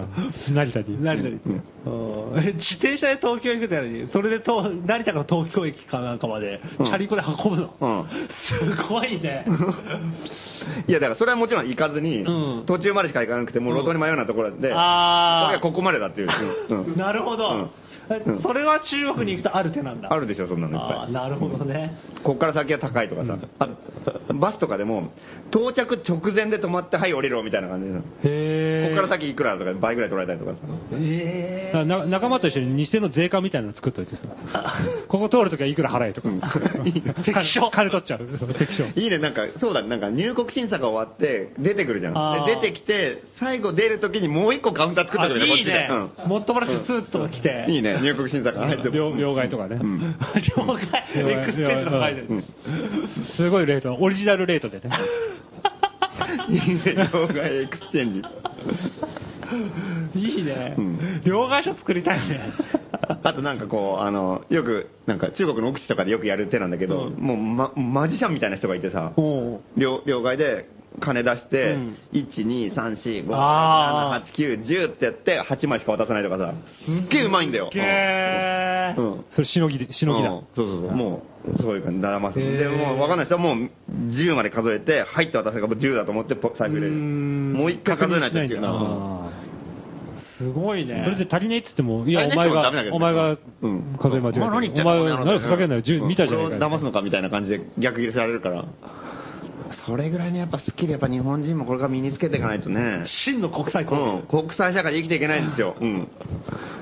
B: 成田に。
A: 成田にうんえ自転車で東京行くってのに、それでと成田から東京駅かなんかまで、チ
C: うん
A: ャリコで運ぶの。
C: うん
A: <laughs> すごいね。
C: いや、だからそれはもちろん行かずに、
A: うん
C: 途中までしか行かなくて、もう路頭に迷うようなところ <laughs> で、
A: あ
C: そ
A: あ
C: れが。ここまで
A: <laughs>
C: だっていう。うんうん
A: なるほど、
C: うん
A: え
C: うん
A: それは中国に行くとある手なんだ。
C: あるでしょ、そんなのいっぱい
A: あー。なるほどね。
C: こっから先は高いとかさ、あバスとかでも、到着直前で止まって、はい、降りろみたいな感じでさ、こ
B: へ
C: っから先いくらとか、倍ぐらい取られたりとかさ、
A: え
B: な仲間と一緒に偽の税関みたいなの作っといてさ、
C: <laughs>
B: ここ通るときはいくら払えとか、 <laughs> 金金取っちゃう、関所。
C: いいね、なんか、そうだね、なんか入国審査が終わって、出てくるじゃ
A: あ
C: ん。
A: ー
C: で出てきて、最後出るときにもう一個カウンター作ってくれる
A: いいね、
C: こっちで
A: モットブラッシュスーツとか着て、
C: うんいいね、入国審査が入って
B: 両両替とかね、
C: うん
A: 了解、エクスチェンジの会で、
C: うん
B: すごいレート、オリジナルレートでね、
C: いいね、両替エクスチェンジ。
A: いいね、
C: うん
A: 両替所作りたいね、
C: <laughs> あとなんかこう、あの、よく、なんか中国の奥地とかでよくやる手なんだけど、
A: うん
C: もう、ま、マジシャンみたいな人がいてさ、
A: お
C: 両両替で金出して、
A: うん
C: 1、2、3、4、5、6、
A: あ
C: 7、8、9、10ってやって、8枚しか渡さないとかさ、すっげえうまいんだよ。
A: げえ
C: う、ん。
B: それしのぎで、しのぎだ、
C: うんそうそうそう。もう、そういう感じ、騙す。
A: へー
C: でも、分かんない人はもう、10まで数えて、入って渡せば10だと思って、ポ財布入れる。もう一回数えないとっていう
B: 確認しないん
C: な。
B: だあー
A: すごいね、
B: それで足りないっつっても、いや、
C: 足
B: お
C: りないっ
B: 前
C: つってもダメだ
B: が
C: け、ど
B: お前が
C: うん
B: 数え間違えてる、
C: お前何言って
B: お
C: んの
B: 前が、何ふざけんなよ、10
C: うん
B: 見たじゃない
C: 俺
B: か
C: を騙すのかみたいな感じで逆ギレされるから。それぐらいのやっぱスキル、やっぱ日本人もこれから身につけていかないとね。
A: 真の国際
C: う
A: 交流、
C: ん。国際社会で生きていけないんですよ。うん。
B: も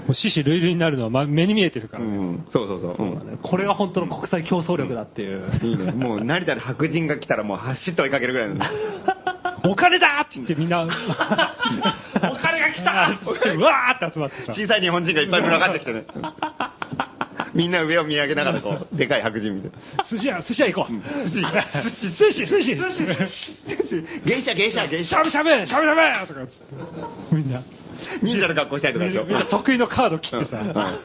B: う死死類類になるのはま目に見えてるか
C: う
B: ら、
C: ん。そうそうそう。うん
A: これが本当の国際競争力だっていう、
C: いいね。もう成田で白人が来たらもう走って追いかけるぐらいの。
B: お金だって言っ
C: <laughs>
B: てみんな、お金が来たって言って、うわーって集まってさ、
C: 小さい日本人がいっぱい群がってきてね。みんな上を見上げながらこう、でかい白 <laughs> 人みたいな。
B: 寿司屋、寿司屋行こう。
C: 司
B: 寿司、寿司、寿司、寿司、
C: 芸者芸者芸
B: し
C: 者
B: ゃぶしゃぶ、しゃぶしゃぶとかっつってみんな、
C: 忍者の格好したりとか
B: み
C: で
B: ん
C: しょ。 <laughs>
B: なみんな得意のカード切ってさ、
C: うん
A: あ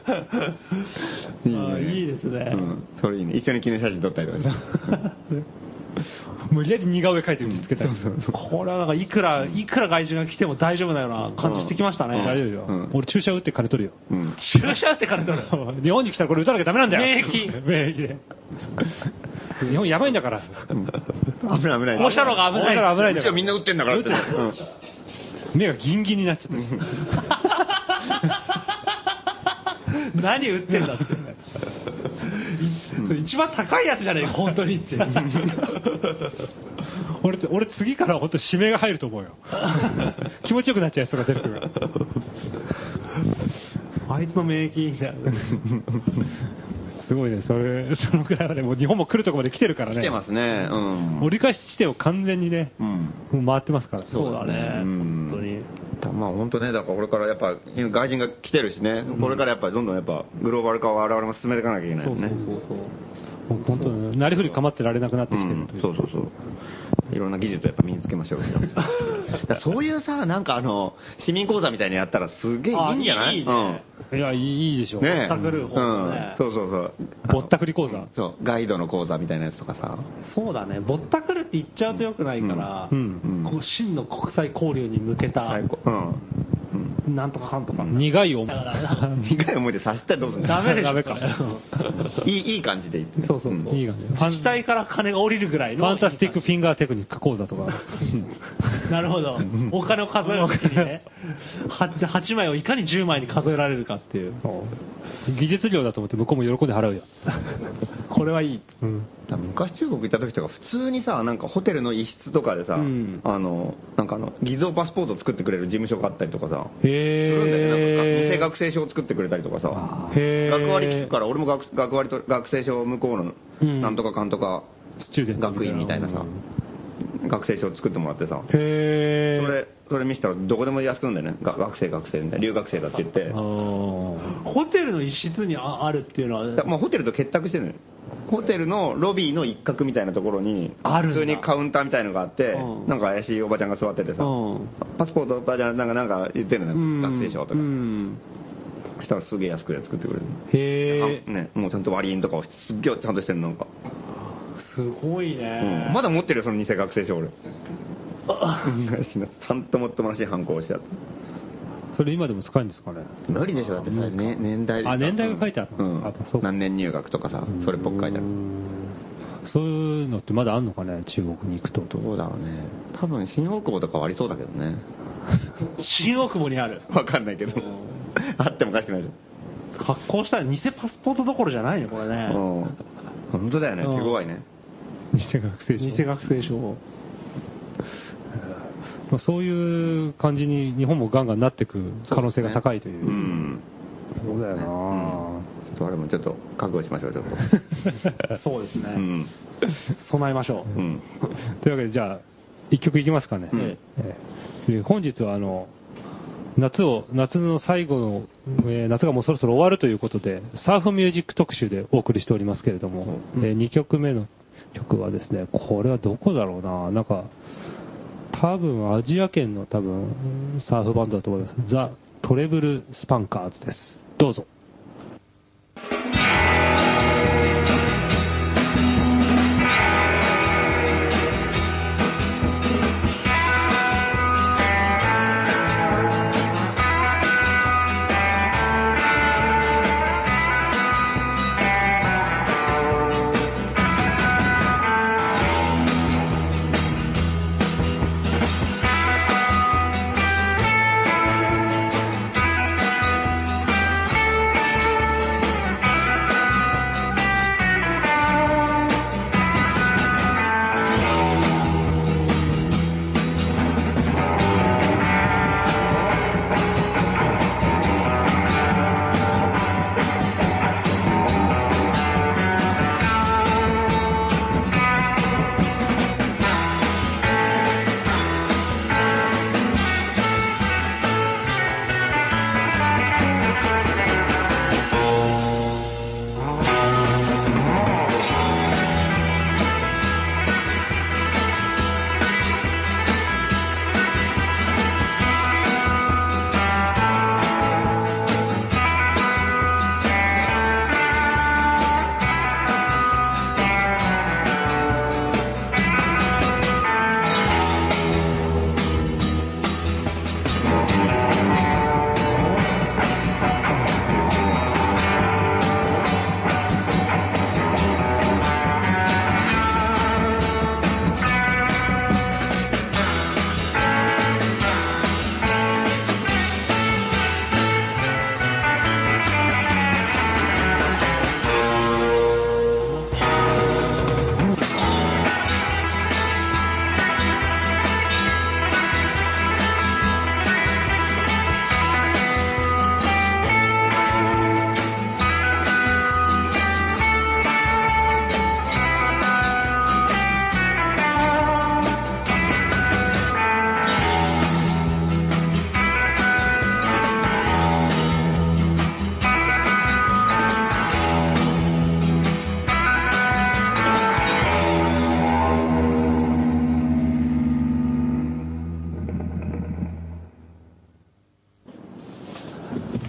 A: ーいいですね
C: う。ん、それいいね。一緒に記念写真撮ったりとかさ。
B: 無理やり似顔絵描いてるんですけど、
A: これはなんかいくら、いくら外人が来ても大丈夫なような感じしてきましたね。
C: うん
B: 大丈夫
C: う
B: よ
C: ん。
B: 俺注射打って金取るよ。
C: うん。
A: 注射ってから取る。
B: 日本に来たらこれ打たなきゃダメなんだよ。
A: 免疫
B: 免疫で。日本やばいんだから。
C: 危ない危ない。
A: こうしたのが危ない
B: だから危ないん
C: う
B: だ
C: ち
B: か
C: はみんな
B: ら。
C: 打ってんだからって。うん
B: 目がギンギンになっちゃってる。
A: 何売ってんだって。それ一番高いやつじゃねえか、本当にって。
B: <laughs> 俺って、俺次から本当指名が入ると思うよ。気持ちよくなっちゃうやつとか出てくるから。
A: あいつの免疫いいんだよね。
B: すごいね、それ、そのくらいはね、もう日本も来るとこまで来てるからね。
C: 来てますね。うん。
B: 折り返し地点を完全にね、
C: うん。
B: もう回ってますから。
A: そうだね、
C: うん
A: 本当に。
C: まあ本当ね、だからこれからやっぱ外人が来てるしね、これからやっぱどんどんやっぱグローバル化を我々も進めていかなきゃいけない
A: そ
C: よ
A: うそう
C: ね。
A: そうそう。
B: もう本当に、なりふり構ってられなくなって
C: う
B: きてる
C: ん
B: という。
C: そうそうそう。いろんな技術をやっぱ身につけましょう。だからそういうさ、なんかあの、市民講座みたいにやったらすげえいいんじゃない
A: いいね。
B: いや、いいでし
C: う
B: ょ
C: ん。ねえ
A: ぼったくる方のね
C: うんそうそうそう。
B: ぼったくり講座。
C: そう、ガイドの講座みたいなやつとかさ。
A: そうだね、ぼったくるって言っちゃうとよくないから、
B: うん
C: うん
A: こう真の国際交流に向けた、
C: 最高。うん。うん
A: なんとかかんとか。
B: 苦い思い。
A: だから、
C: 苦い思いでさせたらどうするの
A: ダメでしょ。
B: ダメか
C: いい、いい感じで言ってね。
A: そうそうそう。
B: いい感じ
A: 自治体から金が降りるぐらい
B: フ
A: の。
B: ァンタスティックフィンガーテクニック講座とか。
A: なるほど。お金を数えるときに <laughs> ね、8, 8枚をいかに10枚に数えられるかっていう。
B: 技術料だと思って向こうも喜んで払
C: <laughs>
B: うよ。
A: これはいい。
B: うん。
C: だから昔中国行った時とか普通にさなんかホテルの一室とかでさ、
A: うん
C: あのなんかあの偽造パスポートを作ってくれる事務所があったりとかさするんだよねなんか偽
B: へ
C: 学生証を作ってくれたりとかさ
B: ぇー。へ
C: 学割聞くから俺も学学割と学生証向こうのなんとかかんとか
B: スチューデント
C: 学院みたいなさ、学生証を作ってもらってさそ
B: へぇー。
C: れそれ見せたらどこでも安くなんだよねが学生学生みたいな留学生だって言って
B: あー
A: ホテルの一室にああるっていうの
C: だ
A: は、
C: まあ、ホテルと結託してるのよホテルのロビーの一角みたいなところに
A: あるん
C: 普
A: だ
C: 通にカウンターみたいのがあって、
A: うん
C: なんか怪しいおばちゃんが座っててさ、
A: うん
C: パスポートおばちゃんなんかなんか言ってるのよ、
A: うん
C: 学生証と
A: う
C: か、
A: ん
C: そしたらすげえ安く作ってくれる
A: へえ、
C: あね、もうちゃんと割り印とかをしてすっげえちゃんとしてるのなんか、
A: すごいね。
C: うんまだ持ってるよその偽学生証俺 <laughs> ちゃんともっともらしい反抗をしてあった
B: それ今でも使えるんですかね。
C: 無理でしょだってさ、ね、年代
B: あ年代が書いてある
C: う
B: の
C: ん
B: やっぱそうか
C: 何年入学とかさそれっぽく書いてある
B: そういうのってまだあんのかね、中国に行くと。
C: どうだろうね多分新大久保とかはありそうだけどね
A: 新大久保にある。
C: わかんないけど。あってもおかしくないじ
A: 発行したら偽パスポートどころじゃないね、これ
C: ゃ
A: ね
C: ん。。本当だよね、手
A: うん
C: 強いね。
B: 偽学生証
A: 偽学生
C: <laughs>
A: 証。
B: まあ、そういう感じに日本もガンガンなっていく可能性が高いという
C: う。ん。
B: そうだよなぁ
C: ちょっとあれもちょっと覚悟しましょう、ちょっと。
A: そうですね。
C: うん。
A: 備えましょう。
C: うん。
B: というわけで、じゃあ、一曲いきますかね。
C: うん
B: ええで本日は、あの、夏を、夏の最後の、えー夏がもうそろそろ終わるということで、サーフミュージック特集でお送りしておりますけれども、
A: うん
B: え2曲目の曲はですね、これはどこだろうななんか、多分アジア圏の多分、サーフバンドだと思います。ザ・トレブル・スパンカーズです。どうぞ。
D: 「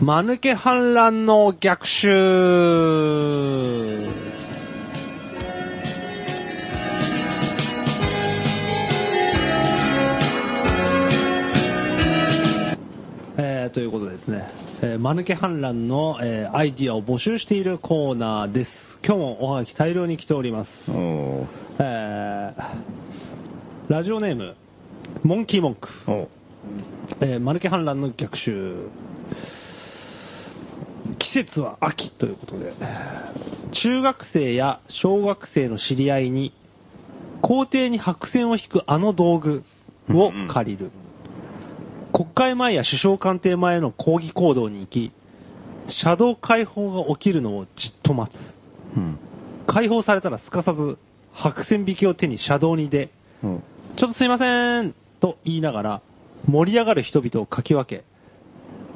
A: 間抜け反乱の逆襲えーということでですね、えー、間抜け反乱の、えーアイディアを募集しているコーナーです。今日もおはがき大量に来ております。
C: お
A: えーラジオネーム、モンキーモンク。
C: ーお
A: えー、マルケ反乱の逆襲。季節は秋ということで、中学生や小学生の知り合いに、校庭に白線を引くあの道具を借りる。国会前や首相官邸前の抗議行動に行き、車道解放が起きるのをじっと待つ。
C: うん。
A: 解放されたらすかさず、白線引きを手に車道に出、
C: うん。
A: ちょっとすいませんと言いながら、盛り上がる人々をかき分け、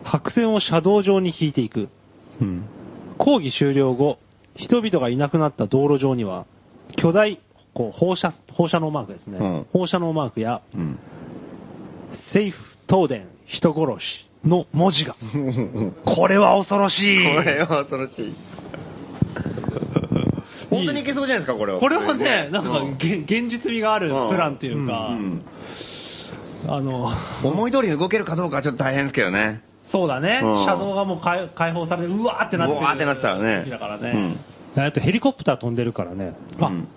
A: 白線を車道上に引いていく。
B: うん。
A: 抗議終了後、人々がいなくなった道路上には、巨大、こう放射、放射能マークですね。
C: うん
A: 放射能マークや、
C: うん。
A: セーフ、東電、人殺しの文字が。これは恐ろし
C: こ
A: い。
C: れは恐ろしい。本当にいけそうじゃないですか、これは。
A: これはね、なんか、
C: うん
A: げ現実味があるプランっていうか、
C: うん
A: あの、
C: 思い通りに動けるかどうかはちょっと大変ですけどね。
A: そうだね、
C: うん
A: 車道がもう解解放されて、うわーってなってる
C: うわーってなってたらね
A: 時期だからね。
C: うん
B: あとヘリコプター飛んでるからね、
A: あ、
C: うん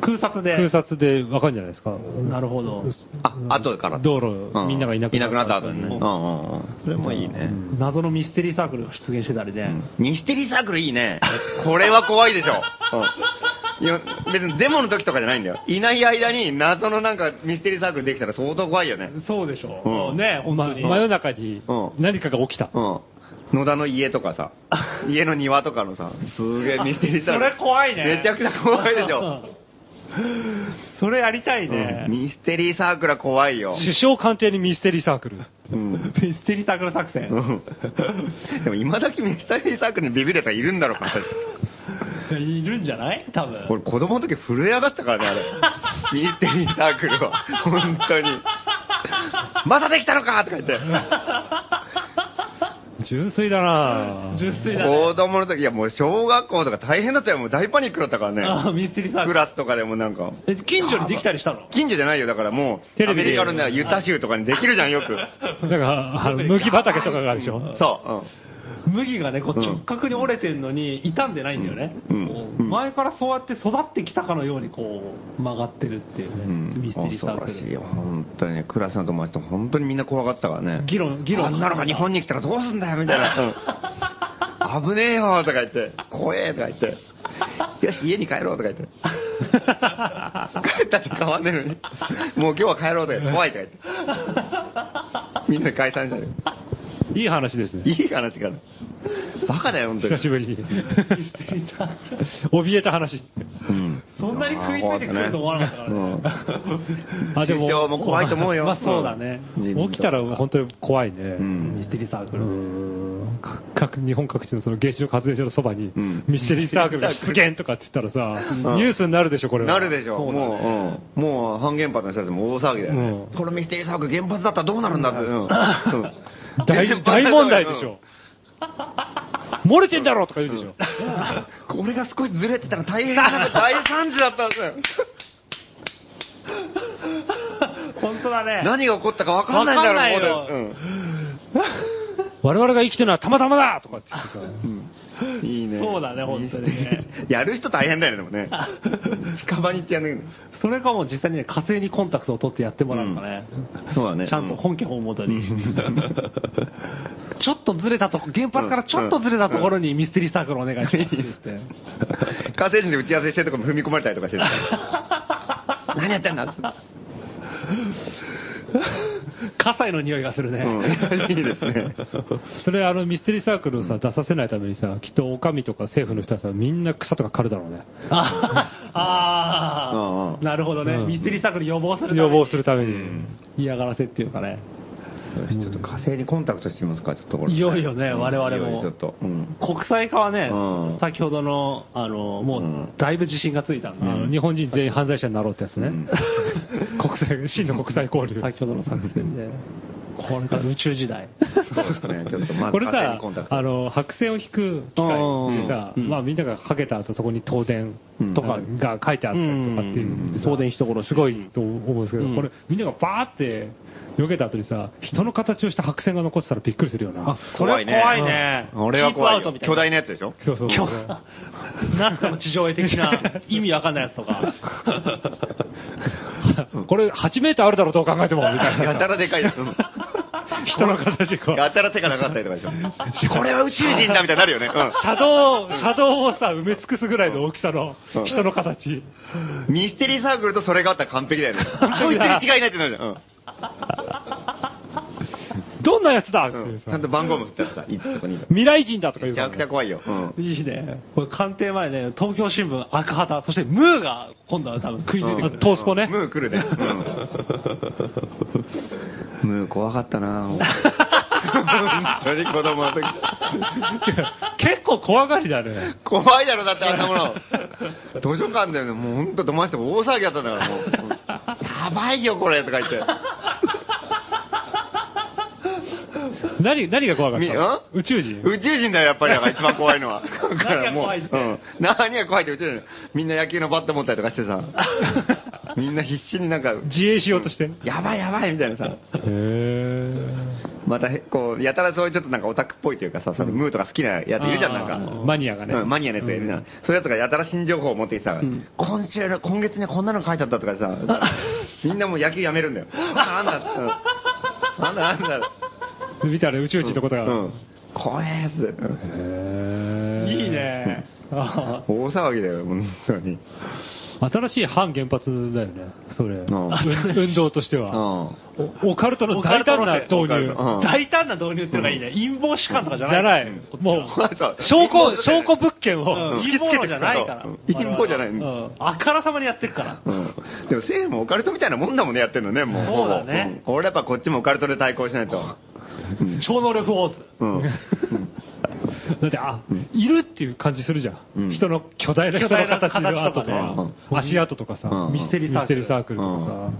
A: 空撮で。
B: 空撮でわかるんじゃないですか。
A: なるほど。
C: あ、後から。
B: 道路
C: う
B: みんながいなくなった
C: なった後にね。うんうんうん。それもいいね。
A: 謎のミステリーサークルが出現してたりで、
C: ミステリーサークルいいね。これは怖いでしょ。うんいや別にデモの時とかじゃないんだよ。いない間に謎のなんかミステリーサークルできたら相当怖いよね。
A: そうでしょ
C: うん
A: ね、本当に。
B: 真夜中に
C: うん
B: 何かが起きた。
C: うん。野田の家とかさ、家の庭とかのさ、すげえミステリーサーク
A: そ
C: ル。
A: れ怖いね
C: めちゃくちゃ怖いでしょ。
A: それやりたい <laughs>
C: うん
A: ね。
C: ミステリーサークルは怖いよ。
B: 首相官邸にミステリーサークル。
C: うん。
A: ミステリーサークル作戦。
C: うんでも今時ミステリーサークルにビビるやつがいるんだろうか、
A: いるんじゃない多分。
C: 俺子供の時震え上がったからね、あれ。ミステリーサークルは。本当に。まだできたのかとか言って。
B: 純粋だな
A: <laughs>
B: ぁ
A: 純粋だね。
C: 子供の時、いやもう小学校とか大変だったよ。もう大パニックだったから
A: あ
C: ね。
A: ミステリーサークル。
C: クラスとかでもなんか。
A: え近所にできたりしたの
C: 近所じゃないよ。だからも
B: テ
C: う、ア
B: レ
C: メ
B: ビで
C: リカのね、ユタ州とかにできるじゃん、よく。
B: なんか、あの麦畑とかがあるでしょ。
C: そ
A: 麦がね、こう
C: うん
A: 直角に折れてんのに、傷んでないんだよね。
C: うん
A: こう
C: うん
A: 前からそうやって育ってきたかのように、こう、曲がってるっていう
C: う。
A: ね、
C: うん
A: ミステリーサーク
C: 恐ろしい
A: ル。
C: よ。本当にね、クラスの友達と本当にみんな怖がったからね。
A: 議論、議論。
C: あんなのが日本に来たらどうすんだよ、みたいな。うん危ねえよ、とか言って。怖え、とか言って。よし、家に帰ろう、とか言って。 <laughs> 帰ったって変わんねえのに。もう今日は帰ろう、とか言って。怖い、とか言って。みんなで解散したよ。
B: いい話ですね。
C: いい話かな。バカだよ、本当に
B: 久。しぶりに。
A: <laughs> ミステリーサークル
B: 怯えた話。
C: うん
A: そんなに食いついてくると思わなかった <laughs> からね。
B: あでも
C: 首相も怖いと思うよ。
A: まあそうだね
C: うん
B: 起きたら本当に怖いね。
C: うん
A: ミステリーサーク
B: う
A: ル。
B: ん各日本各地のその原子力発電所のそばに
C: うん
B: ミステリーサークルが出現とかって言ったらさ、ニュースになるでしょ、これは。
C: なるでしょ、
A: そうだ
C: もう、うん、もう半原発の人たちも大騒ぎだよね、
B: うん
C: このミステリーサークル、原発だったらどうなるんだって、
A: <laughs>
C: うんうん <laughs>
B: 大
C: 原発だったら
B: 大問題でしょ。漏れてんだろとか言うでし
C: <laughs> うん
B: ょ。
C: これが少しずれてたら大変だって、大惨事だったんですよ、
A: 本当だね。
C: <laughs> 何が起こったか分かんないんだろ
A: わ
C: う、
A: かん
C: もう
B: 我々が生きてるのはたまたまだとかって言ってさ、
C: うんいいね、
A: そうだね本当にね
C: ミステリ <laughs> ーやる人大変だよね、でもね、近場に行ってやんなきゃいけない
A: それかもう実際にね、火星にコンタクトを取ってやってもらうのかね。
C: そうだね
A: ちゃんと本家本元に。ちょっとずれたとこ、原発からちょっとずれたところにミステリーサークルお願いしますって言って。
C: 火星人で打ち合わせしてるとこも踏み込まれたりと <laughs> かしてる何やってんだって。
A: 火災の匂いがするね。
C: うん、いいですね。
B: それあのミステリーサークルをさ、出させないためにさ、きっとお上とか政府の人はさ、みんな草とか刈るだろうね。
A: ああ
C: うんう
A: ー、
C: ん
A: なるほどね、
B: うん
A: ミステリーサークル予防するため
B: 予
A: に
B: 防するために。
A: 嫌がらせっていうかね。
C: <laughs> ちょっと火星にコンタクトしてみますか、ちょっとこれ。
A: いよいよね、
C: うん
A: 我々
C: いよいよ
A: も。
C: ちょっと。うん。
A: 国際化はね、
C: うん
A: 先ほどの、あの、も
C: うん
A: う、だいぶ自信がついたんで、
B: あの日本人全員犯罪者になろうってやつね。国際、真の国際交流。
A: 先ほどの作戦で。これから宇宙時代。
C: そうですね、ちょっとまず
B: これ
C: 家庭
B: さ
C: にコンタク、ト
B: あの、白線を引く機械でさ、
A: うん
B: まあみんながかけた後そこに東電とかが書いてあったりとかっていう。
A: 送電人殺し。
B: すごいと思うんですけど、
A: うん
B: これみんながバーって避けた後にさ、人の形をした白線が残ってたらびっくりするよな。
C: 怖いね。
A: 怖いね。
C: 俺は怖
A: キープ
C: い
A: アウト
C: よ。
A: みたいな
C: 巨大なやつでし
A: <laughs>
C: ょ
B: そうそう。
A: 今日、なんかの地上絵的な意味わかんないやつとか。
B: <laughs> これ8メーターあるだろうどう考えても、みたいな。
C: やたらでかいやつ。
B: 人の形こう。
C: やたら手がなかったりとかでし
B: <laughs>
C: ょ。これは宇宙人だみたいになるよね。
B: 車道、車道をさ、埋め尽くすぐらいの大きさの
C: うん
B: 人の形。 <laughs>
C: うん。ミステリーサークルとそれがあったら完璧だよね。こいつに違いないってなるじゃん。うん
B: どんなやつだって
C: う
B: いうん
C: ち
B: さ
C: ゃんと番号も振ってあってさ、いつとかに。
B: 未来人だとか
C: め
B: 言う
C: ち
B: から
C: ゃ
B: ね
C: くちゃ怖いよ。うん
A: いいね。これ官邸前ね、東京新聞赤旗、そしてムーが今度は多分食いついてくる。
B: トースポね
C: ムー来るね。
B: <laughs>
C: うんムー怖かった
B: <laughs>
C: なぁ本当に子供の時。
B: 結構怖がりだね。
C: 怖いだろ、だってあんなもの。図書館だよね。もうほんと騙して大騒ぎだったんだから、もう。やばいよ、これとか言って。
B: 何、何が怖かっ
C: み
B: たの
C: ん
B: 宇宙人
C: 宇宙人だよ、やっぱり。だから一番怖いのは。だからもう、
A: 何が怖いって
C: うん。何が怖いって宇宙人。みんな野球のバット持ったりとかしてさ。みんな必死になんか、
B: 自衛しようとして。へ
C: やばいやばいみたいなさ。
B: ー
C: またへ、こう、やたらそういうちょっとなんかオタクっぽいというかさ、そのムーとか好きなやついるじゃん、
B: あ
C: な
B: ー
C: んか。
B: マニアがね
C: うんマニアのやつがいるじゃん。そういうやつがやたら新情報を持ってきてさ、今週の、今月に今なの書いてあったとかさ、みんなもう野球やめるんだよ。あなんだ、うんなんだなんだ。
B: 見たら宇宙人のことが。
C: うん。怖いやつ。うん
B: へー
A: いい。ね。あ
C: 大騒ぎだよ、本当に。
B: 新しい反原発だよね、それ。
C: ん
B: 運運動としては。
C: う
B: おオカルトの大胆な導
C: オカル
B: 入
C: ト。う
A: あ
C: ん
A: 大胆な導入っていうのがいいね。陰謀主観とかじ
B: じ
A: ゃな。
B: ゃないい。もう、
C: <laughs> そう
B: 証拠、証拠物件
A: う
B: を
A: ん
B: 引き
A: 陰
B: つけ
A: 謀
B: て
A: じゃ
B: く
A: な
B: と
A: いから
C: うん。陰謀じゃない
A: うんあからさまにやってるから。
C: ん。うん。でも政府もオカルトみたいなもんだもんね、やってんのね、もう。
A: そうだね
C: うん俺やっぱこっちもオカルトで対抗しないと。うん
A: 超能力ウォーズ。
C: うん。
B: だって、あ
C: うん、
B: いるっていう感じするじゃ。
C: うんん
B: 人の巨大な人
A: 巨大
B: の
A: な
B: 形の跡
A: 形と
B: と
A: か
C: ね
B: か、足跡とかさ
C: う、ん
B: ミステリーサークルとかさ、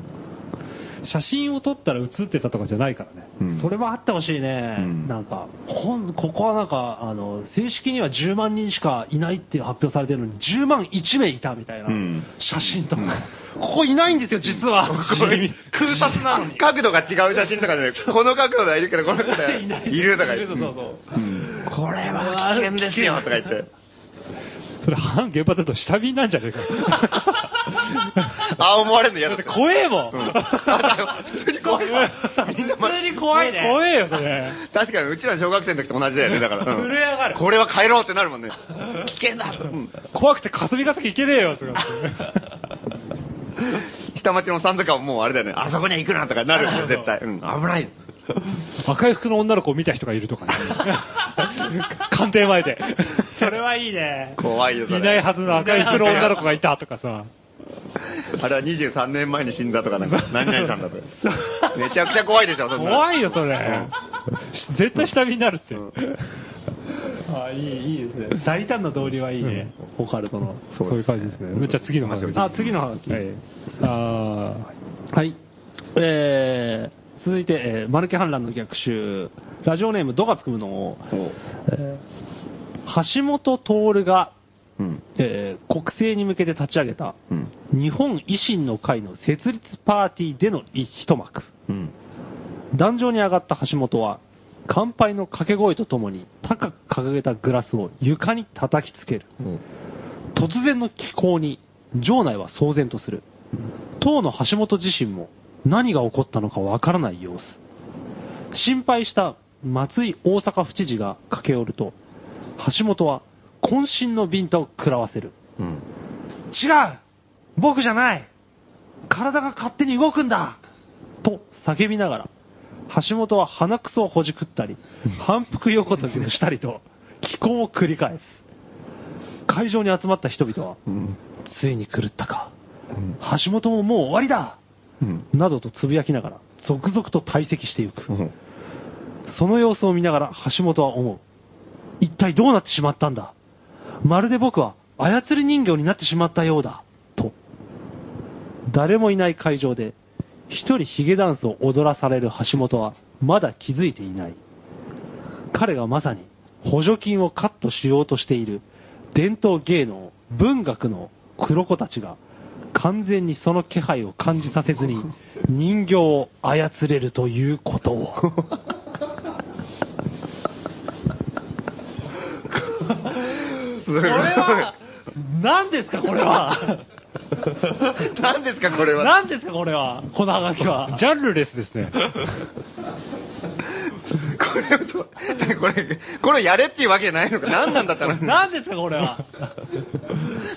B: 写真を撮ったら写ってたとかじゃないからね。
C: うん
A: それもあってほしいね、
C: うん
A: なんか、本、ここはなんか、あの、正式には10万人しかいないって発表されてるのに、10万1名いたみたいな、
C: うん
A: 写真とか、ここいないんですよ、実は。これ空撮なのに。
C: <laughs> 角度が違う写真とかで、この角度はいるけど、この角度はい
A: ない
C: るとか
A: い
C: 言
A: る
C: って。
A: そううんそう
C: うんこれは危険ですよとか言って。
B: それ反原発だと下火になんじゃねえか。
C: <laughs> あ、思われるの嫌だって。
B: 怖えもん。
C: うんあ <laughs> 普通に怖い。みんな
A: <laughs>
C: ま
A: 普通に怖いね。
B: 怖えよ、それ。
C: 確かに、うちらの小学生の時と同じだよね、だから。うん
A: 震え上がる
C: これは帰ろうってなるもんね。危険だ、うん
B: 怖くて霞が関行けねえよ、それ。 <laughs>
C: 下町のさんとかはもうあれだよね。あそこには行くなとかなる <laughs> よね、絶対。うん、危ない。
B: 赤い服の女の子を見た人がいると <laughs> かね。官邸前で。
A: それはいいね。
C: 怖いよ、それ。
B: いないはずの赤い服の女の子がいたとかさ。
C: あれは23年前に死んだとか、なん <laughs> か、何々さんだとか。めちゃくちゃ怖いでしょ、そんなの
B: 怖いよ、それ。絶対下火になるって。
A: あいい、いいですね。大胆な導入はいいね、オカルトの。
B: そういう感じですね。じゃあ次の話。
A: あ、次の話。
B: はい。あ
A: はい。えー、続いて、えー、マルケ反乱の逆襲。ラジオネーム、ドがつくむのを、
C: お
A: えー橋本徹が、
C: うん。
A: えー国政に向けて立ち上げた、
C: うん。
A: 日本維新の会の設立パーティーでの一幕。
C: うん。
A: 壇上に上がった橋本は、乾杯の掛け声とともに高く掲げたグラスを床に叩きつける。突然の気候に場内は騒然とする当の橋本自身も何が起こったのかわからない様子心配した松井大阪府知事が駆け寄ると橋本は渾身のビンタを食らわせる
C: うん。
A: 違う僕じゃない体が勝手に動くんだと叫びながら、橋本は鼻くそをほじくった <laughs> り、反復横跳びをしたりと、気候を繰り返す。会場に集まった人々は、
C: うん。
A: ついに狂ったか。橋本ももう終わりだ
C: うん。
A: などとつぶやきながら、続々と退席していく。
C: うん。
A: その様子を見ながら橋本は思う。一体どうなってしまったんだまるで僕は操り人形になってしまったようだ。と。誰もいない会場で、一人ヒゲダンスを踊らされる橋本は、まだ気づいていない。彼がまさに補助金をカットしようとしている伝統芸能、文学の黒子たちが完全にその気配を感じさせずに人形を操れるということを。
C: こ
A: これは、何ですかこれは。
C: 何ですか、これは。
A: 何ですかこれは。このハガキは。
B: ジャンルレスです <laughs> ね。
C: これと、これ、これやれっていうわけないのか。何なんだったら、
A: 何ですかこれは。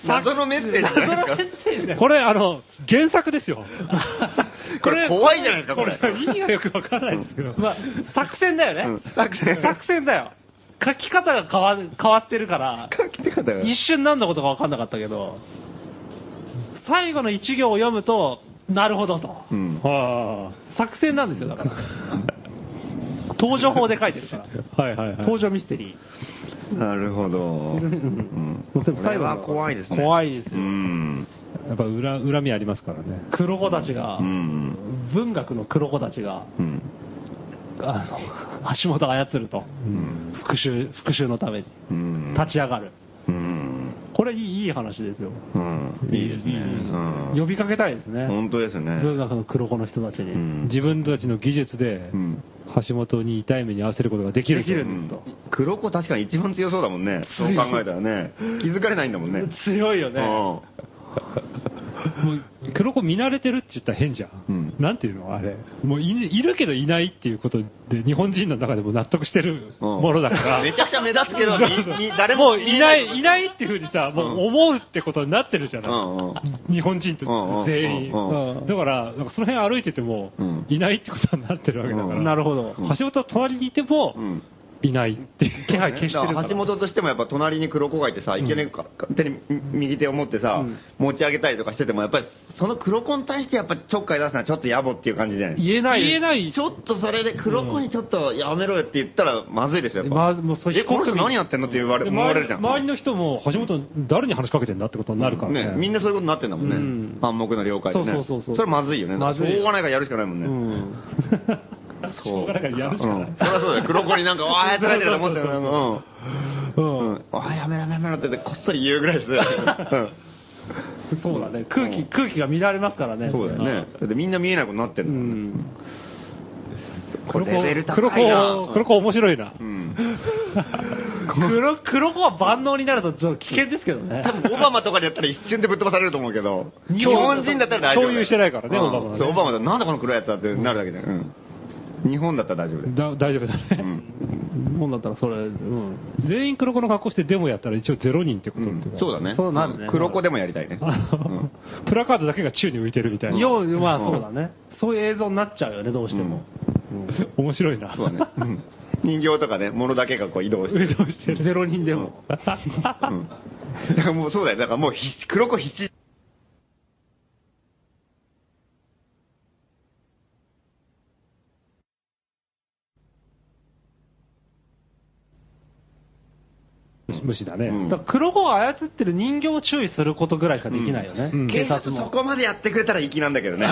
C: 謎のメッセージじゃ
A: 謎
C: ない
A: のメ
C: です
A: ッセージだよ。
B: これ、あの、原作ですよ。
C: か。これ怖いじゃないですか、これ。
B: 意味がよくわからないですけど。
A: まあ、作戦だよね。
C: うん作戦
A: 作戦だよ。書き方が変わ変わってるから、
C: 書き方が
A: 一瞬何のことか分かんなかったけど、最後の一行を読むと、なるほどと。
C: うん。
B: は
A: 作戦なんですよ、だから。登場法で書いてるから。
B: あ、はいはいはい。
A: 登場ミステリー。
C: なるほど。うんこれは怖いですね。
A: 怖いです
C: う
A: よ。
C: ん。
B: やっぱ恨恨みありますからね。
A: 黒子たちが
C: う、ん。
A: 文学の黒子たちが、
C: うん。
A: あの、足元を操ると。
C: うん。
A: 復讐、復讐のために。
C: うん。
A: 立ち上がる。
C: うん。
A: これいいいい話ですよ。
C: うん。いいですね。うん
A: 呼びかけたいですね。
C: 本当です
A: 文
C: ね。
A: 学の黒子の人たちに。
C: うん
B: 自分たちの技術で
C: う、ん。
B: 橋本に痛い目に合わせることができる。
A: できる
C: うん
A: ですと。
C: 黒子確かに一番強そうだもんね。そう考えたらね。気づかれないんだもんね。
A: 強いよ
C: う
A: ね。
C: ん。
B: もう黒子見慣れてるって言ったら変じゃん。
C: うん
B: なんていうのあれ。もういいるけどいないっていうことで、日本人の中でも納得してる
C: うん
B: ものだか
C: め
B: ら。
C: ちゃくちゃ目立つけど、みみ誰も
B: もういない、いないっていうふうにさ、もう思うってことになってるじゃ
C: う
B: ない。
C: んうん。
B: 日本人って
C: うんうん
B: 全員。
C: うん
A: うん
B: だから、なんかその辺歩いてても
C: うん、
B: いないってことになってるわけだから。
C: うん
A: なるほど。
B: 橋本は隣にいても、
C: うん
B: いないっていう気配消してるから。
C: だから橋本としてもやっぱ隣に黒子がいてさ、いけねえから、勝手に右手を持ってさ、
A: うん
C: 持ち上げたりとかしてても、やっぱりその黒子に対してやっぱちょっかい出すのはちょっと野暮っていう感じじゃない
A: 言えない。
B: 言えない
C: ちょっとそれで黒子にちょっとやめろよって言ったらまずいですよ、やっぱ。
A: まずもうそれ
C: え、この人何やってんのって言われ
B: で
C: 思わ
B: 周
C: れ
B: り
C: るじゃん。
B: 周りの人も橋本誰に話しかけてんだってことになるからね,、
C: ね、みんなそういうことになってんだもんね、
A: うん
C: 暗黙の了解でね
A: そうそうそうそう
C: れまずいよね
A: まずいよ
C: しょうがないからやるしかないもんね、
A: うん。
C: そう
B: しょうがないからやるしかない
C: うんそりゃそうだよ黒子になんか「ああ操られてると思ってる
B: そうそう
C: のうん、うんああやめろやめろやめろ」って言ってこっそり言うぐらいですよ、うん
A: そうだね。空
C: う
A: 気、
C: ん
A: 空気が乱れますからね。
C: そうだよね。だってみんな見えないことになって
A: うんん。
C: だこれレベル
B: 黒
C: 高いな
B: 子。黒子面白いな、
C: うん。
A: 黒、黒子は万能になるとちょっと危険ですけどね。
C: 多分オバマとかでやったら一瞬でぶっ飛ばされると思うけど、
A: 日
C: 日
A: 本
C: 本人だったら大丈夫だよ。
B: 共有してないからね
C: うん
B: オバマはね
C: そう、オバマだなんだこの黒いやつだってなるだけじゃん。うん日本だったら大丈夫だよ。
B: だ大丈夫だ
C: う
B: ね、
C: ん
A: もんだったらそれ、うん。
B: 全員黒子の格好してデモやったら一応ゼロ人ってことって、
C: うんそうだね。
A: そうなるね
C: 黒子でもやりたいね。
B: あのプラカードだけが宙に浮いてるみたいな、
A: 要はそうだね。そういう映像になっちゃうよね、どうしても。
B: 面白いな
C: そうだね。うん人形とかね、物だけがこう移動して。
B: 上どうしてる
A: ゼロ人でも。
C: うんだからもうそうだよ。だからもう必死黒子必死。
B: 無視だね、
C: うん
A: だから黒子を操ってる人形を注意することぐらいしかできないよね
B: うん。
A: 警察
C: そ
A: も。
C: こまでやってくれたら粋なんだけどね。う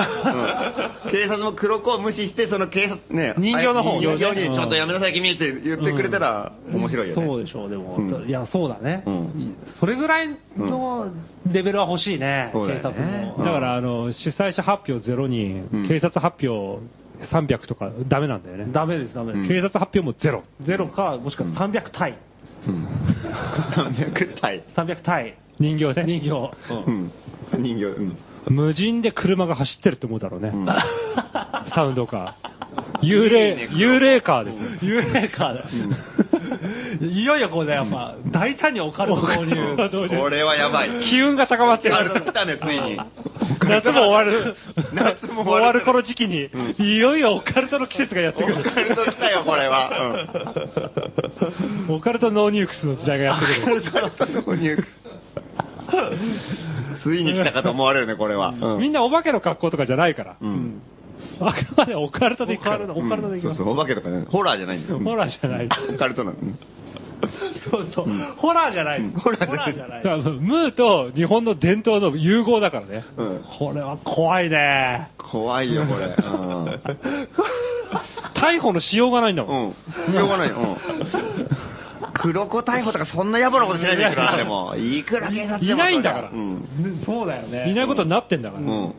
C: ん警察も黒子を無視して、その警察、ね。
A: 人形の方を
C: 人形に、ちょっとやめなさい君って言ってくれたら面白いよね。
A: そうでしょう、でも。
C: うん
A: いや、そうだね、
C: うん
A: それぐらいのレベルは欲しいね、
C: そうだ
A: 警
C: よね
A: 察も。
B: だからあの主催者発表0人、
C: うん
B: 警察発表300とかダメなんだよね、
A: ダメです、ダメです。
B: 警察発表もゼロ
A: ゼロか、もしくは300体。
C: うん。300体。
A: 300体。 <laughs>
B: 人形で
A: 人形。
C: うん。人形、うん。
B: 無人で車が走ってると思うだろうね、
C: うん
B: <laughs> サウンドカー。幽霊、幽霊カーですね。
A: 幽霊か。いよいよこうね、やっぱ、大胆にオカルト導入。
C: これはや
B: <laughs>
C: ばい。
B: 機運が高まって
C: あの
B: る。
C: 来たね、ついに。
B: 夏も終わる。
C: 夏も終わる
B: 終わる頃時期に、いよいよオカルトの季節がやってく
C: オカ
B: る。
C: ルト来たよ、これは。
B: <laughs> オカルトノーニュークスの時代がやって
C: う
B: くる。
C: ん。ついに来たかと思われるね、これは。うん
B: みんなお化けの格好とかじゃないから
C: う。ん。
B: あくまでオカルトで行くか
A: オカル
B: ら。
A: トお体でいき
C: そ
A: ま
C: う
A: す
C: そう、お化けとかね。ホラーじゃないんだよ。
B: ホラーじゃない。
C: オカルトなの。
A: そうそう。ホラーじゃない。
C: ホラーじゃない
B: だからムーと日本の伝統の融合だからね。
C: うん。
A: <laughs> これは怖いね。
C: 怖いよ、これ。うん
B: 逮捕のしようがないんだもん。
C: うん。しょうがないよ。うん。黒子逮捕とかそんな野暮なことしないでいくらでも。いくら警察でも。
B: いないんだから
C: うん。
A: そうだよね。
B: いないことになってんだか
C: う
B: ら。
C: ん。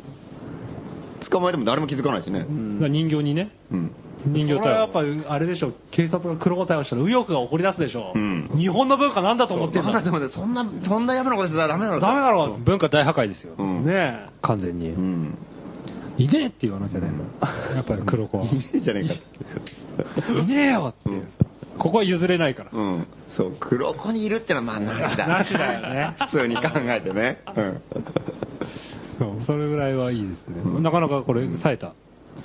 C: 捕まえても誰も気づかないしね。
B: だから人形にね。
C: うん。
B: 人形
A: それはやっ
B: 逮捕。
A: ぱ、あれでしょ、警察が黒子逮捕したら右翼が怒り出すでしょ。
C: うん
A: 日本の文化なんだと思
C: そ
A: っ
C: う
A: て
C: で
A: ん
C: も
A: だ。
C: でもそんな、そんな野暮なことしてたらダメだろ。
A: ダメだろう。
B: 文化大破壊ですよ。
C: うん。。
A: ねえ。
B: 完全に
C: う。ん。
B: いねえって言わなきゃね。やっぱり黒子は。い
C: いい <laughs> じゃねえか。
B: ねえよっていう。ここは譲れないから。
C: うん。そう、黒子にいるってのはま
B: <laughs>
C: あなしだ。
A: なしだよね。
C: 普通に考えてね。うん。
B: そうそれぐらいはいいですね。なかなかこれ、冴えた。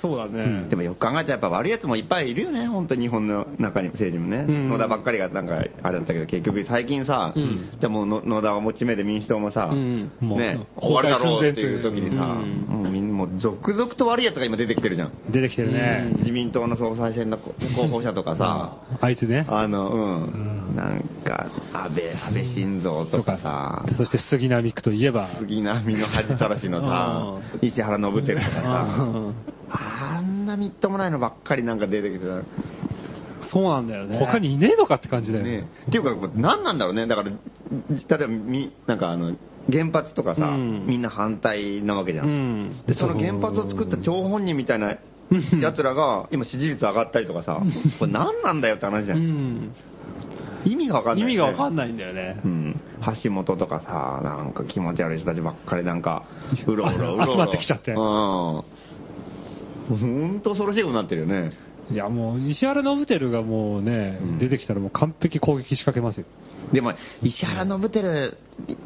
A: そうだね。
B: ん
C: でもよく考えたらやっぱ悪いやつもいっぱいいるよね、本当に日本の中にも政治もね。
B: ん
C: 野田ばっかりがなんかあれだったけど、結局最近さ、
B: うん
C: じゃあもうの野田は持ち目で民主党もさ、
B: んもう
C: ね、終
B: 崩
C: わ
B: 壊
C: るだ
B: 寸
C: ろう
B: 前
C: っていう時にさ、
B: う
C: もうみんなもう続々と悪いやつが今出てきてるじゃん。
B: 出てきてるね。
C: 自民党の総裁選の候候補者とかさ、
B: あいつね。
C: あの、うん、
B: うん
C: なんか、安倍、安倍晋三とかさ、
B: そして杉並区といえば、
C: 杉並の恥さらしのさ、石原伸晃とかさ、あんなみっともないのばっかりなんか出てきてた。
A: そうなんだよね。
B: 他にいねえのかって感じだよね
C: ね。、っていうか、何なんだろうね、だから、例えばみ、なんかあの原発とかさ、
A: うん
C: みんな反対なわけじゃん、
A: うん。
C: でその原発を作った張本人みたいなやつらが、今、支持率上がったりとかさ、これ、何なんだよって話じゃ、
A: うんん。
C: 意味が分かんない
A: 意
C: よね、
A: 味がわかんないんだよね
C: う。ん、橋本とかさ、なんか気持ち悪い人たちばっかり、なんか、うろうろうろうろ、
B: 集まってきちゃって
C: うん、本当、恐ろしいことになってるよね。
B: いやもう、石原伸晃がもうね
C: うん、
B: 出てきたらもう完璧攻撃仕掛けますよ。
C: でも、石原伸晃、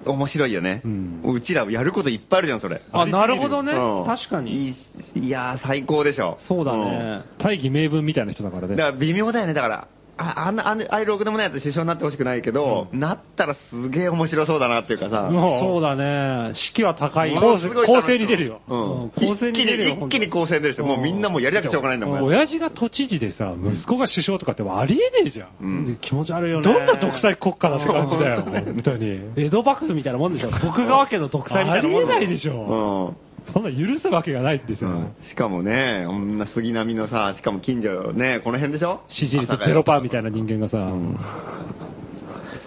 C: 面白いよね、
B: う
C: うんちらやることいっぱいあるじゃん、それ。
A: あ、なるほどね
C: うん。
A: 確かに。。
C: いいいやー、最高でしょ。
A: そうだね。
B: 大義名分みたいな人だから
C: うん。だか
B: ね。
C: ら微妙だよね、だから。ああんなあんなああいうろくでもないやつ首相になってほしくないけど、なったらすげえ面白そうだなっていうかさ、
B: ん
A: そうだね。士気は高い。
C: ものすごい楽しそう
B: 構成に出るよ
C: うん
A: うん構成に出るよ
C: 一気に一気に構成に出るし、
A: うん
C: もうみんなもうやりたくてしょうがないんだもん。
B: 親父が都知事でさ、息子が首相とかってもうありえねえじゃん。
C: うん
A: 気持ち悪いよね。
B: どんな独裁国家だって感じだ
C: そ
B: よ、
C: う本当
B: 本当に。
A: 江戸幕府みたいなもんでしょ。徳川家の独裁みた
B: あ
A: いな
B: り
A: も
B: え
A: んだよ
B: ないでしょ。そんな許すわけがないんで
C: う
B: すよ。
C: んうんしかもね、こんな杉並のさ、しかも近所ね、この辺でしょ
B: 支持率
C: 阿佐ヶ谷
B: 0%みたいな人間がさ、
C: うん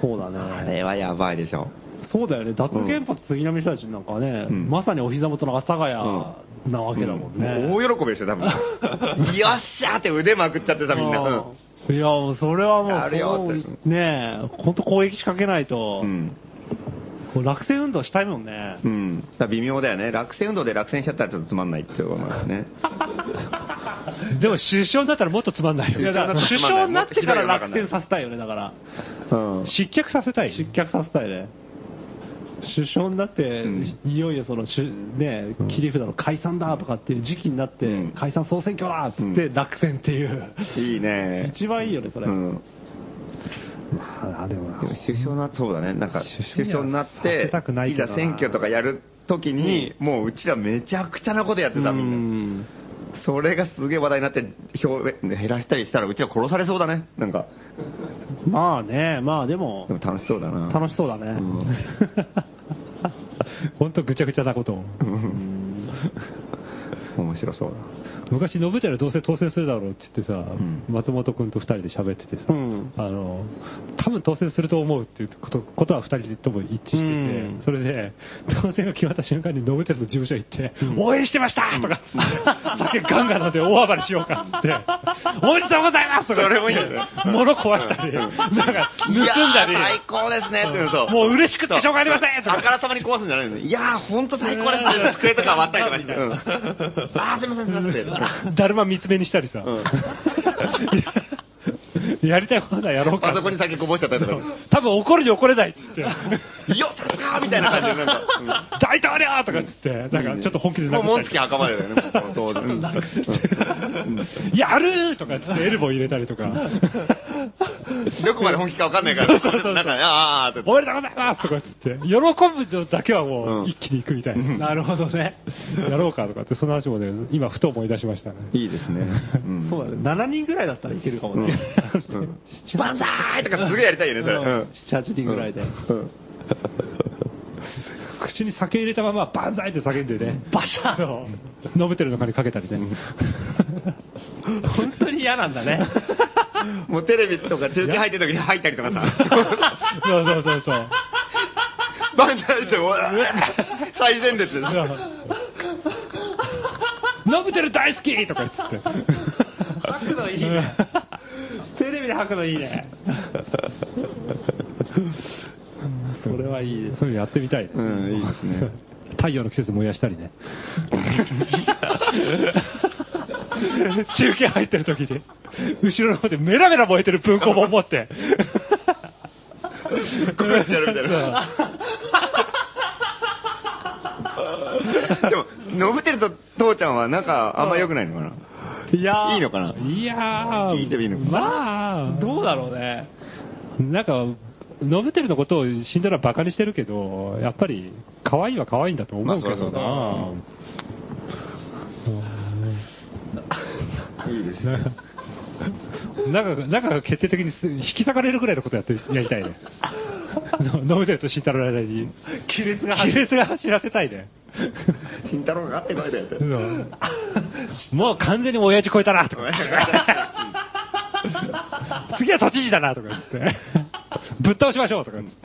A: そうだね。
C: あれはやばいでしょ。
A: そうだよね、脱原発杉並人たちなんかはね、
C: うん
A: まさにお膝元の阿佐ヶ谷なわけだもんね。
C: もう大喜びでしょ、多分。よっしゃーって腕まくっちゃってさ、みんな。うん
A: うんいや、もうそれはもう、
C: やるよって
A: そうねえ、本当攻撃仕掛けないと、
C: うん。
A: こう落選運動したいもんね。
C: うん。だから微妙だよね。落選運動で落選しちゃったらちょっとつまんないっていうことなんですね。
B: でも首相になったらもっとつまんないよ。
A: いや、だから首
C: つまんない
A: 相になってから落選させたいよね、だから。
C: うん。
B: 失脚させたい。
A: 失脚させたいね。首相になって、
C: ん
A: いよいよその、しゅねえ、切り札の解散だとかっていう時期になって、
C: うん
A: 解散総選挙だっつって落選っていう、
C: いいね。
A: 一番いいよね、それ。
C: うん。
B: あでもな
C: でも首相な、そうだね。なんか、
B: 首
C: 首
B: 相
C: 相
B: に
C: にな
B: は
C: って
B: させたくない、け
C: い
B: ど
C: ざ
B: な
C: 選挙とかやるときに、もううちらめちゃくちゃなことやってた、みんな。
A: ん
C: それがすげえ話題になって、票減らしたりしたら、うちら殺されそうだね。なんか、
A: まあね、まあでも
C: で、も楽しそうだな。
A: 楽しそうだね。
C: ん
B: 本当ぐちゃぐちゃなことを。
C: 面白そうだ。
B: 昔、信太はどうせ当選するだろうって言ってさ、
C: ん
B: 松本君と二人で喋っててさ、
A: <laughs> うん
B: あの、多分当選すると思うっていうことことは二人とも一致して
A: う
B: て、
A: ん
B: それで、当選が決まった瞬間に信太の事務所行って、応援してましたとかっつって、酒ガンガンなんで大暴れしようかっつって、おめでとうございますとかっつって
C: それもいいよね
B: 物壊したり、なんか盗ん
C: いや
B: だ
C: ー最
B: り、
C: 高ですねっていうと。
B: もう嬉しくてしょうがありませんと
C: あ
B: か。
C: からさまに壊すんじゃないのいやー、ほんと最高ですね。机とか割ったりとかして。うんあー、すいません、すいませんって。
B: だるま見つめにしたりさ、
C: うん
B: やりたい放題やろうか
C: あそこに酒こぼしちゃったりとか。
B: 多分怒るに怒れないっつって、
C: よっ、さすがーみたいな感じで、なんか。うん
B: 大統領とかっつって、なんかちょっと本気で
C: もう、
B: 殴った
C: モ
B: り
C: ンツキ赤までだよね、もう当然。うん
B: やるーとかっつってエルボー入れたりとか、
C: どこまで本気かわかんないから、なんかね、あーって。
B: おめでとうございますとかっつって、喜ぶのだけは
C: う
B: もうん一気に行くみたいな。
A: なるほどね。
B: やろうかとかって、その話もね、今ふと思い出しましたね。
C: いいですね。うん
A: そうだね。7人ぐらいだったらいけるかもね。
C: うんバンザーイとかすげえやりたいよね、それ。
A: <laughs>
C: うん
A: 7、8人ぐらいで。
C: うん
B: 口に酒入れたまま、バンザイって叫んでね、バシャーと、ノブテルの金かけたりね。
A: 本当に嫌なんだね。
C: もうテレビとか中継入ってる時に入ったりとかさ、
B: <laughs> そうそうそうそう。
C: バンザイして、うわ最前列でさ、
B: ノブテル大好きとか言って。
A: 吐くのいいね。 <laughs> テレビで吐くのいいね。それはいいです。
B: そういうのやってみたいね。
C: うん、いいですね。
B: 太陽の季節燃やしたりね。中継入ってる時に、後ろの方でメラメラ燃えてる文庫本持って。
C: こうやってやるみたいな。でも、ノブテルと父ちゃんは仲あんま良くないのかない
A: やー
C: いいのかない
B: やー、
C: いいっていいのか
B: まあ、
A: どうだろうね。
B: なんか、ノブテルのことを死んだらバカにしてるけど、やっぱり、可愛いは可愛いんだと思うけどな。
C: まいいですね。
B: 中が、中が決定的にす引き裂かれるぐらいのことやって、やりた
C: <laughs>
B: いね。のノブテルと慎太郎の間に、
C: 亀裂が
B: 亀
C: 走る。
B: 裂が走らせたいね。
C: 慎太郎が勝ってこいだよって。
B: そうもう完全に親父超えたな、と
C: ご
B: か
C: めん。なさい
B: 次は都知事だな、とか
C: <laughs>
B: 言って。ぶっ倒しましょう、とか言って。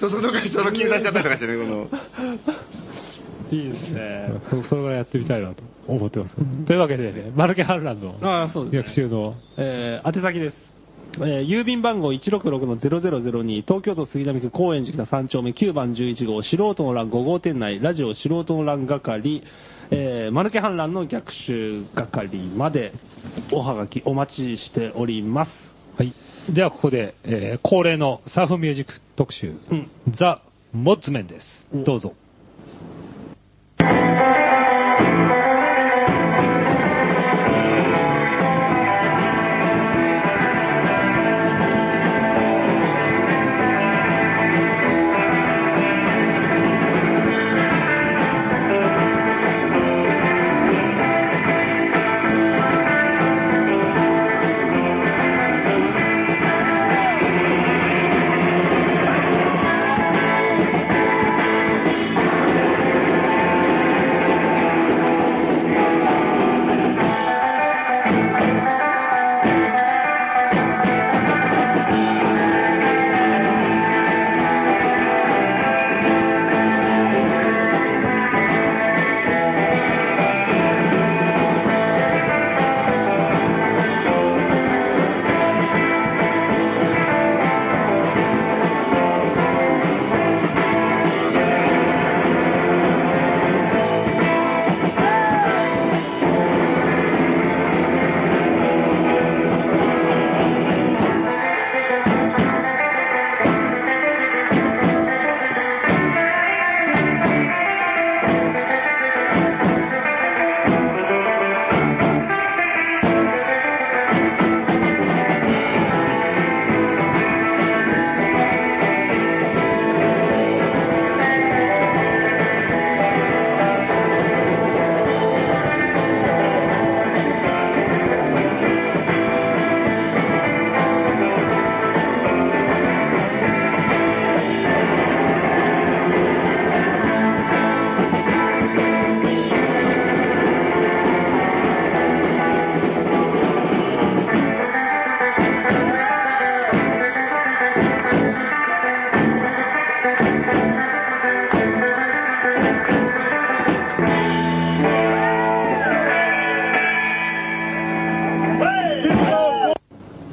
C: そそのかその金さしちゃったりとかしてね、この。
A: いいですね。
B: そ <laughs> それぐらいやってみたいなと思ってます。というわけでね、マルケ・ハルランド
A: あーそうですね
B: 逆襲の、
A: えー、宛先です。えー郵便番号166-0002東京都杉並区高円寺北3丁目9番11号素人の欄5号店内ラジオ素人の欄係、えー、マルケ反乱の逆襲係までおはがきお待ちしております。
B: はい。ではここで、えー恒例のサーフミュージック特集、
A: うん
B: ザ・モッツメンです。どうぞ。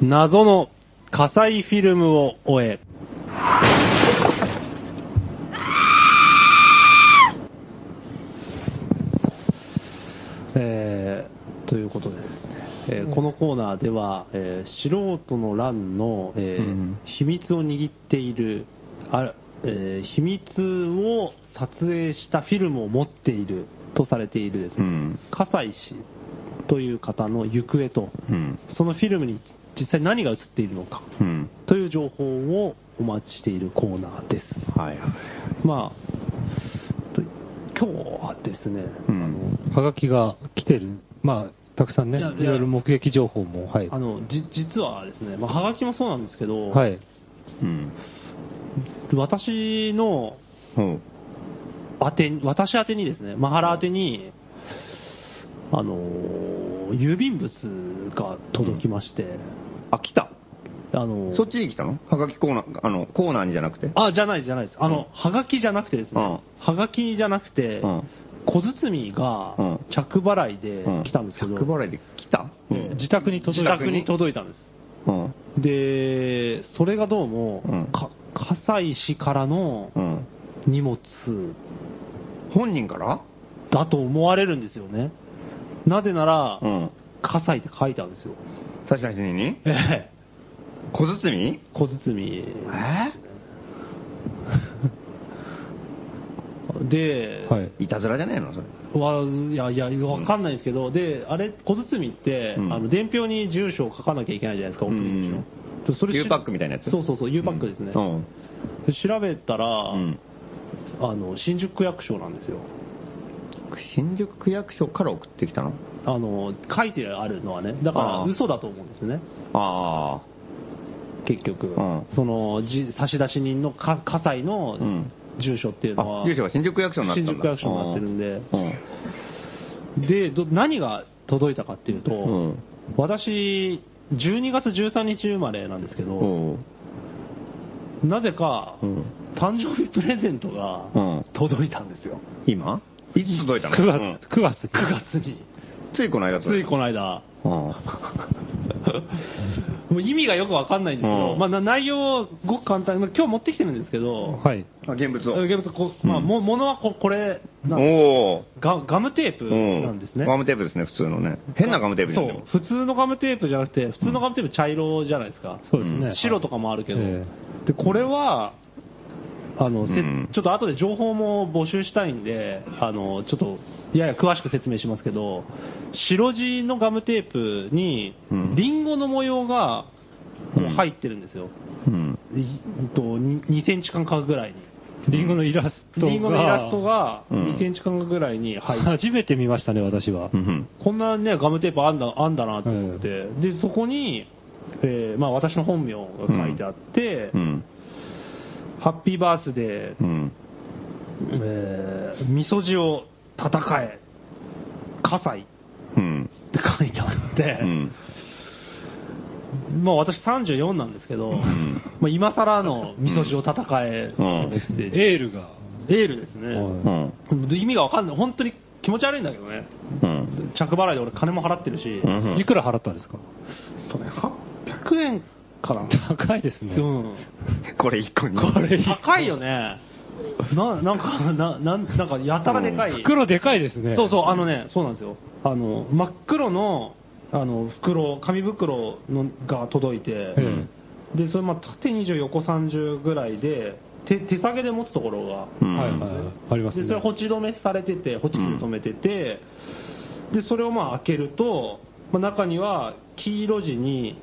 A: 謎の火災フィルムを終え。えーということでですね、えーこのコーナーでは、えー素人の乱の、えー
B: うん
A: 秘密を握っているあ、えー秘密を撮影したフィルムを持っているとされているですね、
C: ん。
A: 葛西氏という方の行方と、
C: うん。
A: そのフィルムに実際何が映っているのか
C: うん。
A: という情報をお待ちしているコーナーです。
C: はいはい。
A: まあ、と今日はですね、
C: うん。
B: はがきが来てる。まあ、たくさんね、
A: い
B: い
A: やいや
B: ろいろ目撃情報も、はい
A: あ。のじ実はですね、まあ、はがきもそうなんですけど、
B: はい。
C: うん。
A: 私の
C: ほう。
A: 宛て私宛てにですね、マハラ宛てに、あのー郵便物が届きまして、
C: あ、来た。
A: あのー
C: そっちに来たのはがきコーナー、あの、コーナーにじゃなくて。
A: あ、じゃないじゃないです。あの、はがきじゃなくてですね、
C: う
A: はがきじゃなくて、
C: うん
A: 小包が
C: うん
A: 着払いで来たんですけど、
C: 着払いで来たう
A: ええ
C: ん。
A: 自宅に届い
C: 自宅に
A: 届いたんです。
C: うん。
A: で、それがどうも、
C: うん
A: か葛西市からの
C: うん。
A: 荷物
C: 本人から
A: だと思われるんですよね。なぜなら、
C: うん。
A: 葛西って書いてあるんですよ。
C: 確かにに
A: ええ
C: 小包
A: 小包。で、
B: はい。
C: いたずらじゃねえのそれ。
A: わいやいや、わかんないんですけど、で、あれ、小包って、
C: うん
A: あの伝票に住所を書かなきゃいけないじゃないですか、
C: うん
A: 本当にの。でそれし
C: U パックみたいなやつ
A: そうそうそう、U パックですね。
C: うん。
A: で調べたら、
C: うん。
A: あの、新宿区役所なんですよ。
C: 新宿区役所から送ってきたの
A: あの、書いてあるのはね、だから
C: あー
A: 嘘だと思うんですね、
C: あ
A: 結局。
C: ん
A: その、じ差出人のか葛西の
C: うん
A: 住所っていう
C: あ。
A: のは、
C: あ、住所が新宿区役所になったんだ
A: 新宿区役所になってるんで
C: うん。
A: でど何が届いたかっていうと、
C: うん
A: 私、12月13日生まれなんですけど、
C: おう
A: なぜか、
C: うん
A: 誕生日プレゼント
C: う
A: が
C: ん。
A: 届いたんですよ、
C: 今いつ届いたの
A: 9月
C: うん
A: 9月 ,9 月に、
C: ついこの間
A: ついこ
C: の
A: の間、
C: 間。
A: もう意味がよくわかんないんですけど、
C: うん
A: まあ、な内容、ごく簡単、まあ今日持ってきてるんですけど、
B: はい。
C: あ、現物を。
A: ゲームさんこうまあ、
C: うん
A: もものはここれなんです
C: おお。
A: ガ、ガムテープ
C: う
A: なんですね。
C: ガムテープですね、普通のね。変なガムテープじゃ
A: そ
C: んで
A: う
C: も、
A: 普通のガムテープじゃなくて、普通のガムテープ茶色じゃないですか。
B: そうですね。
A: 白とかもあるけど、
B: え
A: でこれはあの、せ
C: うん
A: ちょっと後で情報も募集したいんであのちょっとやや詳しく説明しますけど白地のガムテープに
C: うん
A: リンゴの模様がこう
C: うん
A: 入ってるんですよ、
C: うん。
A: いと 2, センチ間隔ぐらいに
B: リンゴのイラストが。
A: リンゴのイラストが
C: うん
A: 2センチ間隔ぐらいに入って、
B: 初めて見ましたね、私は
C: う。ん。
A: こんなねガムテープあんだあんだなと思って、でそこに、えーまあ、私の本名が書いてあって、
C: うん。
A: ハッピーバースデー
C: うん。
A: えー、味噌汁を戦え、火災っ
C: うん。
A: て書いてあって、
C: うん。
A: まあ私34なんですけど、
C: ん
A: まあ今更の味噌汁を戦えのメッセージ、
B: エールが。
A: エールですね、
B: は
C: うん。
A: で意味がわかんない、本当に気持ち悪いんだけどね、
C: うん。
A: 着払いで俺、金も払ってるし、
C: うんうん
B: いくら払ったんですか
A: えっとね、800円かな、
B: 高いですね。
A: うん、
C: これ一個に。
B: これ
A: 高いよね、ななんかななん、なんかやたらでかい。
B: 袋でかいですね。
A: そうそう、あのね、そうなんですよ。あの、真っ黒の、あの、袋、紙袋のが届いて、
B: え
A: で、それ、まあ、縦20、横30ぐらいで、手、手下げで持つところが、
C: うん。
B: はいはいありますね
A: で、それ、ホチ止めされてて、ホチで止めてて、で、それをまあ、開けると、まあ、中には、黄色地に、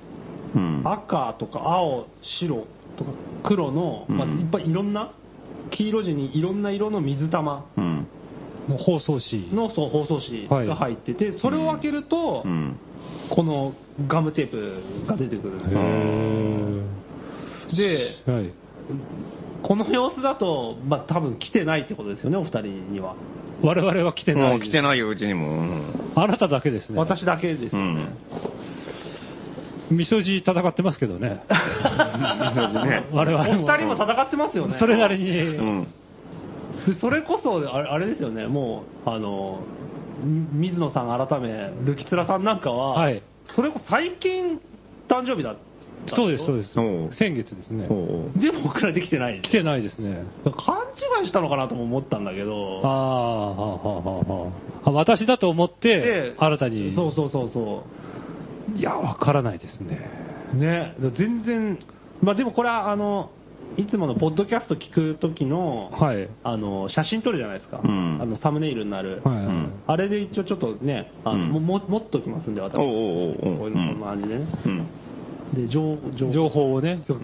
C: うん。
A: 赤とか青、白とか黒の、まあ、
C: うん
A: いっぱいいろんな、黄色地にいろんな色の水玉
C: うん。
B: もう包装紙。
A: のそう包装紙が入ってて、それを開けると、
C: うん。
A: このガムテープが出てくるんです
B: へ
A: よで、
B: ーはい。
A: この様子だと、まあ多分来てないってことですよね、お二人には。
B: 我々は来てな
C: もう
B: い。
C: 来てないよ、うちにも。うん
B: あなただけですね。
A: 私だけですよね。
B: 味噌汁戦ってますけどね。
C: ね
B: 我々
A: お二
B: も。
A: 人も戦ってますよね。
B: <laughs> それなり
C: う
B: に。
C: ん。
A: で <laughs> それこそあれ、あれですよね、もう、あの、み水野さん改め、ルキツラさんなんかは、
B: はい
A: それこそ最近誕生日だった
B: そうです、そう
A: で
B: で
C: おう
B: す。先月ですね。
C: おうおう
A: す。でも僕らできてない。
B: 来てないですね。
A: 勘違いしたのかなとも思ったんだけど。
B: ああ、はあはあはあ。あ私だと思って
A: で、
B: 新たに。
A: そうそうそうそ
B: いや、わからないですね。
A: うね全然まあでもこれはあのいつものポッドキャスト聞く時の、
B: はい。
A: あの写真撮るじゃないですか、
C: うん
A: あのサムネイルになる、
B: はい。
A: あれで一応ちょっとねあの、
C: うん
A: もも持っときますんで私
C: おうおうおうおう
A: こういうのこんな感じでね、
C: うん。
A: で情情
B: 情報をね。
C: ん
A: こ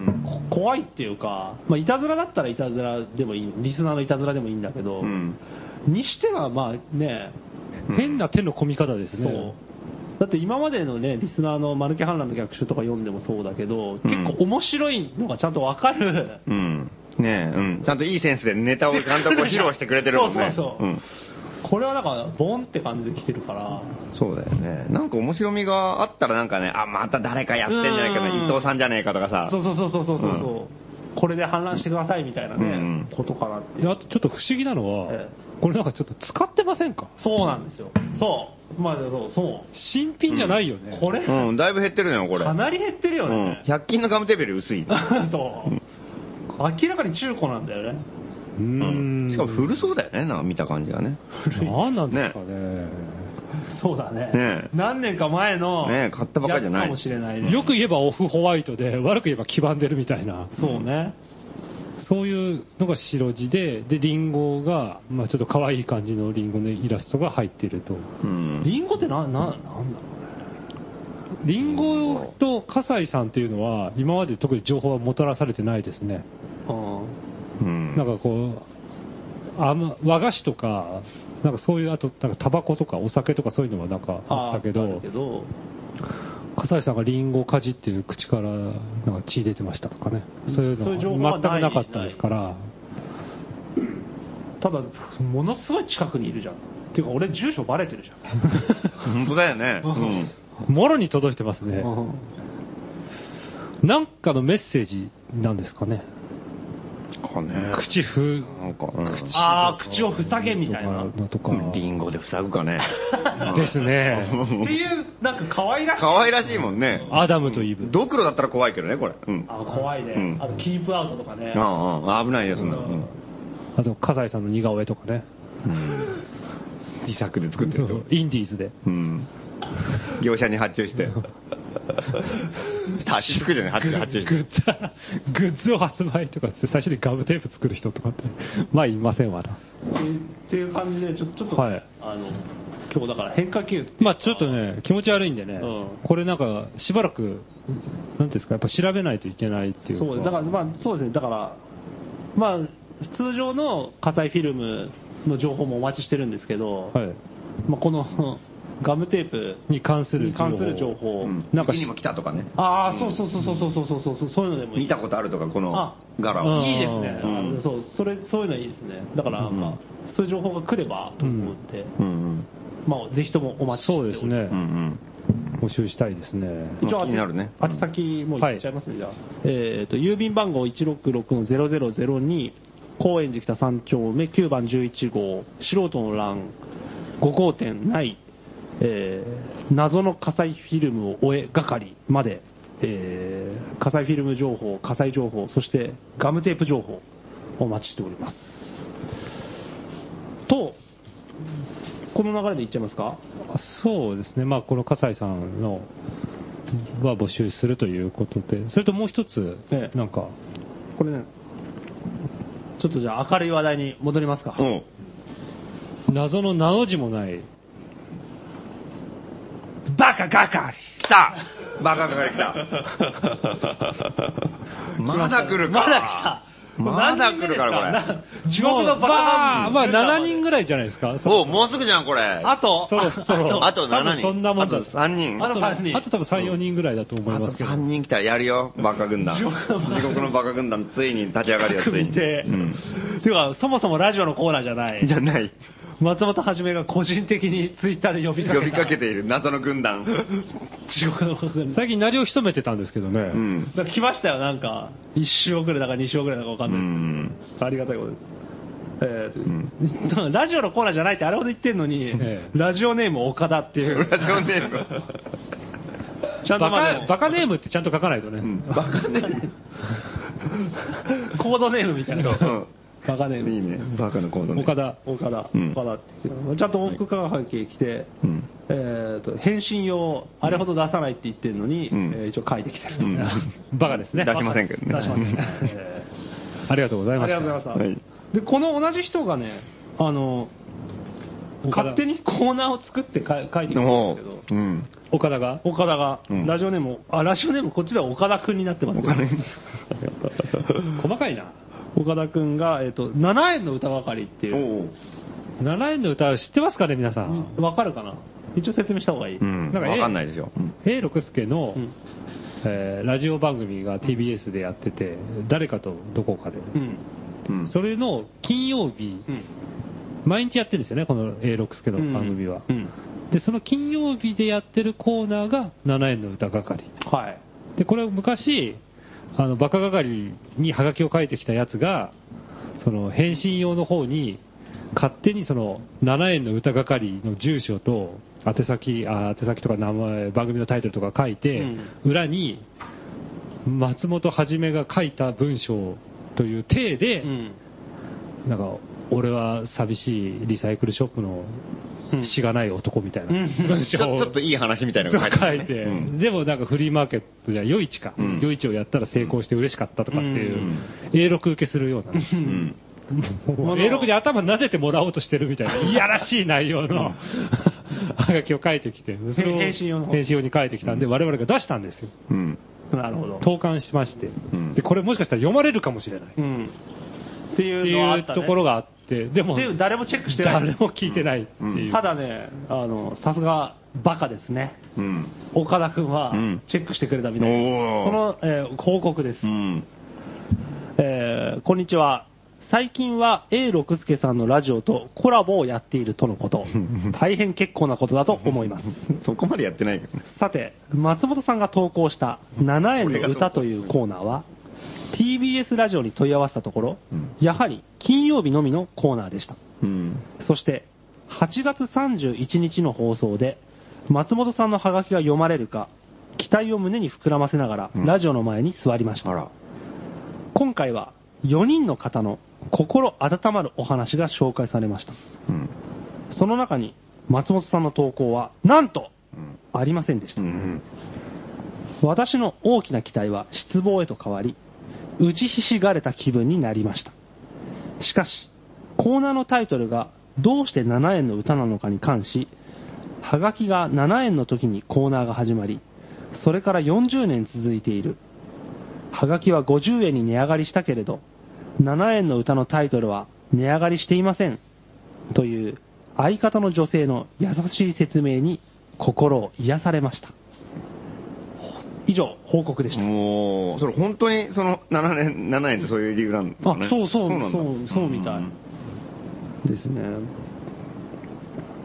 A: 怖いっていうか、まあ、いたずらだったらいたずらでもいいリスナーのいたずらでもいいんだけど、
C: うん。
A: にしてはまあね
C: うん
B: 変な手の込み方です
A: そう、
B: ね。
A: だって今までのねリスナーの「マルケ反乱の逆襲」とか読んでもそうだけど、結構面白いのがちゃんとわかる
C: うん。ねえ、うん。ちゃんといいセンスでネタをちゃんとこう披露してくれてるもんね。
A: そうそうそう
C: うん
A: これはだから、ボンって感じで来てるから、
C: そうだよね。なんか面白みがあったらなんかね、あ、また誰かやってんじゃないか
A: うん
C: な、伊藤さんじゃねえかとかさ。
A: そうそうそうそうそうそう、これで反乱してくださいみたいなね、
C: うん
A: ことかなってい
B: で
A: う
B: あとちょっと不思議なのは、
A: え
B: これなんかちょっと使ってませんか
A: そうなんですよ。そう。まあ、そう、そ
B: 新品じゃないよね、
A: う。これ、
C: うん、だいぶ減ってるのよ、これ。
A: かなり減ってるよね。
C: うん。100均のガムテープより薄
A: <laughs>
C: い。
A: そう。明らかに中古なんだよね。
B: うー
C: うんん。しかも古そうだよね、なんか見た感じがね。
B: 何なんですかね
A: そうだね。
C: ねえ
A: 何年か前の、
C: ねえ買ったばっかじゃな
A: や
C: い
A: つかもしれないね。
B: よく言えばオフホワイトで悪く言えば黄ばんでるみたいな
A: そうね。
B: そういうのが白地ででリンゴが、まあ、ちょっと可愛い感じのリンゴのイラストが入ってると
C: うん。
A: リンゴってな、な、なんだろうね。
B: リンゴと笠井さんっていうのは今まで特に情報はもたらされてないですね
A: うん。
C: うん。
B: なんかこう、あむ和菓子とか、なんかそういう、あと、なんかタバコとかお酒とかそういうのはなんかあったけ
A: ある
B: ど
A: け、ど、
B: 笠井さんがリンゴをかじってる口からなんか血出てましたとかね、そういう
A: そういう情報
B: の
A: は
B: は
A: ない
B: 全くなかったですから、
A: ただ、ものすごい近くにいるじゃん。っていうか、俺、住所バレてるじゃん。
C: 本当だよね。うん。
B: <laughs> もろに届いてますね。
A: うん
B: なんかのメッセージなんですかね。
C: かね。
B: 口ふ、
C: なんか、うん。
A: ああ、口を塞げみたいな。っ
B: のとか、
C: リンゴで塞ぐかね。
B: ですね。
A: て <laughs> いう、なんか可愛らしい。
C: 可愛らしいもんね。
B: アダムとイブ。
C: ドクロだったら怖いけどね、これ。うん。
A: あ怖いね、
C: うん
A: あと、キープアウトとかね。
C: ああ、危ないよ、そんなの。うん
B: あと、笠井さんの似顔絵とかね。
C: うん自作で作ってるってこと
B: インディーズで。
C: うん。業者に発注して。足し服じゃない、発注、発注し
B: グ
C: て。
B: ッズ、グッズを発売とかって、最初にガムテープ作る人とかって、まあいませんわな。
A: っていう感じで、ちょちょっと、
B: はい
A: あの、今日だから変化球っていうか
B: まあちょっと、ね、気持ち悪いんでね、
A: うん
B: これなんか、しばらく、なんていうんですか、やっぱ調べないといけないっていうか。
A: そうですだから、まあ、そうですね、だから、まあ、通常の火災フィルムの情報もお待ちしてるんですけど、
B: はい。
A: まあ、このガムテープ
B: に関する
A: に
B: 情報。
A: 関する情報、
C: うん
B: なんか
C: うちにも来たとかね。
A: ああ、そうそうそうそうそうそうそうそう、そういうのでもいい。
C: 見たことあるとか、この
A: あ
C: 柄
B: うん
C: を。
A: いいですね、
C: うん
A: そうそれそういうのいいですね、だから、
C: うん
A: まあ、そういう情報が来ればと思って、
C: うん
A: まあ、ぜひともお待ちしてお
B: そ
A: りま
B: うですね、
C: うん。うん
B: 募集したいですね。
C: うん。気になるね。
A: あ宛先もう言っちゃいますね、じゃあ。えっ、と、郵便番号166-0002、高円寺北三丁目9番11号、素人の欄5号店ない、えー謎の火災フィルムを終え係まで、えー火災フィルム情報、火災情報、そしてガムテープ情報、お待ちしております。と、この流れでいっちゃいますか
B: あそうですね、まあ、この葛西さんのは募集するということで、それともう一つ
A: え、え
B: なんか、
A: これね、ちょっとじゃあ明るい話題に戻りますか。
C: うん。
B: 謎の名の字もない、
A: バカガカ
C: 来たバカが来た。 <laughs> まだ来るか。
A: まだ来た。
C: まだ来るから、これ。
A: れ。地獄のバカ
B: まあ、まあ、7人ぐ
A: らい。
B: らいじゃないですか、
C: おうもうすぐじゃん、これ。
A: あと、
B: そろそろ
C: あと7人。
B: 多分そんなもんだ
C: あと3人。
A: あと3人。
B: あと多分3、4人ぐらいだと思い
C: あと
B: ますけど
C: 3、人来たらやるよ、バカ軍団。
A: 地獄のバカ
C: 地獄のバカ軍団、ついに立ち上がるよ、つ
A: <laughs>
C: い
A: 組
C: に。
A: て。
C: うん
A: ていうか、そもそもラジオのコーナーじゃない
C: じ。ゃない。
A: 松本はじめが個人的にツイッターで呼びかけた。
C: 呼びかけている謎の軍団。
A: 地獄のバカ軍団。
B: 最近、鳴りを潜めてたんですけどね、
C: うん。
A: だから来ましたよ、なんか。1週遅れだか2週遅れだかわか
C: う
A: な
C: ん
A: いですけど
C: ん。
A: ありがたいことです。え
C: ん
A: ーと <laughs> ラジオのコーナーじゃないってあれほど言ってんのに、
B: ええ
A: ラジオネーム岡田っていう、
C: ラジオネーム。
A: ちゃんと
B: バ
A: まあで
B: カ
A: も
B: バカネームってちゃんと書かないとね、
C: うんバカネー
A: コードネームみたいな。
C: ム。
A: バカネー
C: うんいい
A: ム。
C: ね。バカの行動ね
B: 岡。田、
A: 岡田、
C: うん
A: 岡田っていうちゃんと往復化学系来て、
C: うん
A: えーと、返信用、あれほど出さないって言ってるのに、
C: うん
A: えー一応書いてきてると。
C: うん
A: <laughs>
B: バカですね、
C: 出しませんけどね。
A: 出しませんえ
B: ありがとうござい
A: ーあ
B: ま
A: り
B: し
A: がとうございま
B: た
A: した。
C: はい
A: で、この同じ人がね、あの、
B: 岡田
A: 勝手にコーナーを作ってか書いてきたん
C: お
A: ですけど
C: う。うん。
B: 岡田が、
A: 岡田が、
C: うん
A: ラジオネーム、あ、ラジオネーム、こっちでは岡田くんになってます
C: お
A: よ
C: 金。
B: 細かいな、
A: 岡田くんが、えっ、と、7円の歌ばかりっていう、
C: おう。
B: 7円の歌知ってますかね、皆さん。
A: わかるかな一応説明した方がいい。
C: うん。
B: なんか
C: わかんないですよ。うん
B: A 六輔の、
A: うん
B: えーラジオ番組が TBS でやってて誰かとどこかで、
A: うん。
C: うん
B: それの金曜日
A: うん。
B: 毎日やってるんですよね、この A6 助の番組は。
A: うん。
B: で、その金曜日でやってるコーナーが7円の歌係。
A: はい。
B: で、これを昔、あの、バカ係にハガキを書いてきたやつが、その、返信用の方に、勝手にその、7円の歌係の住所と、宛先、あ宛先とか名前、番組のタイトルとか書いて、
A: う
B: 裏に、松本はじめが書いた文章という体で、
A: うん。
B: なんか、俺は寂しいリサイクルショップのしがない男みたいな
A: うん、
B: 文
C: ち
B: 章
C: ょ
B: を
C: ちょっといい話みたいな
B: そ
C: の
B: う
C: が書いて
B: 書
C: ある
B: いて、
C: うん
B: でもなんかフリーマーケットじゃ夜市か、
C: うん
B: 夜市をやったら成功して嬉しかったとかっていううん A6 受けするような、 <laughs>
C: うん
B: もう A6 に頭撫でてもらおうとしてるみたいな、いやらしい内容のはがきを書いてきて、それを
A: 返信用の方
B: 返信用に書いてきたんで、
C: うん
B: 我々が出したんですよ。
C: うん
A: なるほど。
B: 投函しまして、
C: うん
B: でこれもしかしたら読まれるかもしれない。っ
A: うん。って
B: て
A: いうのはあ
B: い
A: っ
B: う
A: た、ね、
B: ところがあって、でも、
A: で誰もチェックしてない。
B: 誰も聞いてないっていう。
A: ただね、あの、さすがバカですね。
C: うん
A: 岡田君は
C: うん
A: チェックしてくれたみたいです。
C: おー
A: その、えー報告です。
C: うん
A: えーこんにちは。最近は A 六輔さんのラジオとコラボをやっているとのこと。大変結構なことだと思います。
C: そこまでやってないけどね
A: さて、松本さんが投稿した7円の歌というコーナーは、TBS ラジオに問い合わせたところ
C: うん、
A: やはり金曜日のみのコーナーでした。
C: うん
A: そして、8月31日の放送で、松本さんのハガキが読まれるか、期待を胸に膨らませながら、
C: うん
A: ラジオの前に座りました。
C: あら
A: 今回は、4人の方の心温まるお話が紹介されました。
C: うん
A: その中に、松本さんの投稿は、なんと、
C: うん
A: ありませんでし
C: う
A: た。
C: ん
A: 私の大きな期待は失望へと変わり、打ちひしがれた気分になりました。しかし、コーナーのタイトルがどうして7円の歌なのかに関し、ハガキが7円の時にコーナーが始まり、それから40年続いている。ハガキは50円に値上がりしたけれど、7円の歌のタイトルは値上がりしていません。という相方の女性の優しい説明に心を癒されました。以上、報告でした。
C: もうそれ本当にその7年7年ってそういう理由なんだね
A: あそうそう
C: なんだ
A: そうそうみたい
C: ん
A: ですね。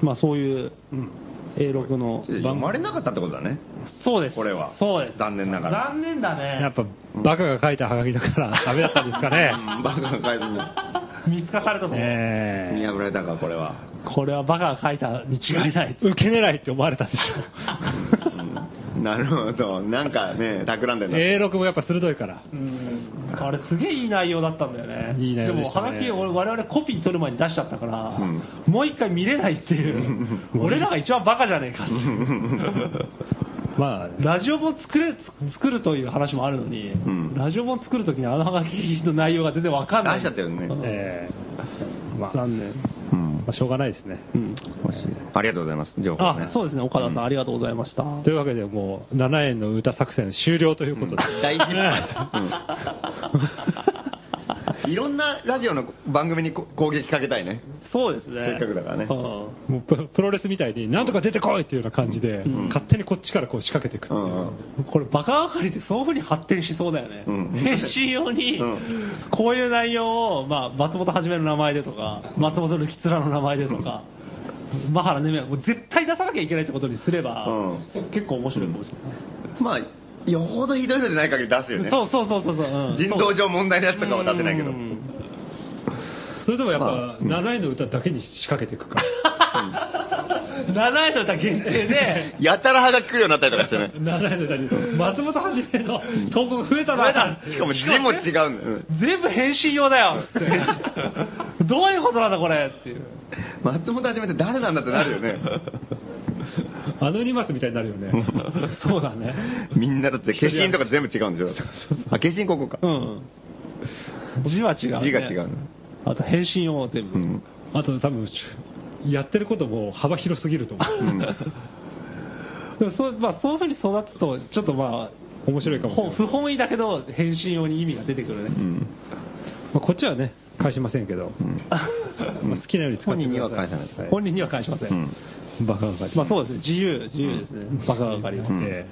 A: まあそういう
B: うん
A: A6 の
C: 読まれなかったってことだね
A: そうです。
C: これは
A: そうです。
C: 残念ながら
A: 残念だね。
B: やっぱ、バカが書いたハガキだからダメだったんですかね。
C: うんバカが書いて
A: <laughs> 見透かされたぞ。
B: ええ
C: 見破られたかこれは
A: これはバカが書いたに違いない。
B: 受け狙いって思われたんでし
C: うんなるほどなんかね企んで
B: ょ。 <laughs>
C: んだ
B: A6 もやっぱ鋭いから。
A: うんあれすげえいい内容だったんだよね。
B: いい内容
A: で
B: で
A: も、
B: した
A: ハ
B: ね
A: ガキ俺我々コピー取る前に出しちゃったから、
C: うん
A: もう一回見れないっていう。俺らが一番バカじゃねえかっていう
B: まあね、
A: ラジオ本作れ作るという話もあるのに、
C: ん
A: ラジオ本作るときにあのハガキの内容が全然わかんない。
C: 出しちゃったよね
A: うん
B: ええまあ、
A: 残念。
C: うん
B: まあしょうがないですね。
A: うん
C: ありがとうございます情報
A: あ、そうですね、岡田さん、ありがとうございま
C: <laughs>
A: した。
B: というわけで、もう、7円の歌作戦終了ということで。
C: 大
A: <laughs>
C: 失敗、うんいろんなラジオの番組にこ攻撃かけたいね
A: そうですね。
C: せっかくだからね
A: うん
B: <laughs> もうププロレスみたいに、なんとか出てこいっていうような感じで、
A: ん
B: 勝手にこっちからこう仕掛けていくっていう
C: うん
A: これ、バカばかりでそういうふうに発展しそうだよね。
C: うん
A: 編集用に
C: うん、
A: こういう内容を、まあ、松本はじめの名前でとか、松本るきつらの名前でとか、マハラねめ、もう絶対出さなきゃいけないってことにすれば、
C: う
A: 結構面白いかもしれない。
C: まあよほどひどいのでない限り出すよね
A: そうそうそうそうそう、うん
C: 人道上問題のやつとかは出せないけど
A: うん
B: それでもやっ
C: まあ
B: ぱ、
C: うん
B: 7円の歌だけに仕掛けていく <laughs> か。
A: 7位の歌限定で、
C: やたらはがき来るようになったりとかしてね
B: 7円の歌に、松本はじめの投稿が増えたな。
C: しかも字も違うんだようん
A: 全部返信用だよ <laughs> つって。どういうことなんだこれっていう。
C: 松本はじめって誰なんだってなるよね
B: アノニマスみたいになる <laughs> よね。
A: そうだね。
C: みんなだって化身とか全部違
A: <laughs>
C: うんでしょあ化身ここか
A: うん。字は違う、ね。
C: 字が違うの
A: あと返信用全部。
C: うん
B: あと多分、やってることも幅広すぎると思う。
A: でもそうまあ、そういうふうに育つと、ちょっとまあ、
B: 面白いかもしれ
A: ほ
B: ない。
A: 不本意だけど、返信用に意味が出てくるね。
C: うん
B: まあ、こっちはね、返しませんけど、まあ、好きなように使ってく
C: 本人
B: ださい。
C: には返さない
B: は
A: 本人には返しません。
C: うん
B: バカバカ。
A: まあそうですね、自由、自由ですね。バカばかりは
C: うん
B: え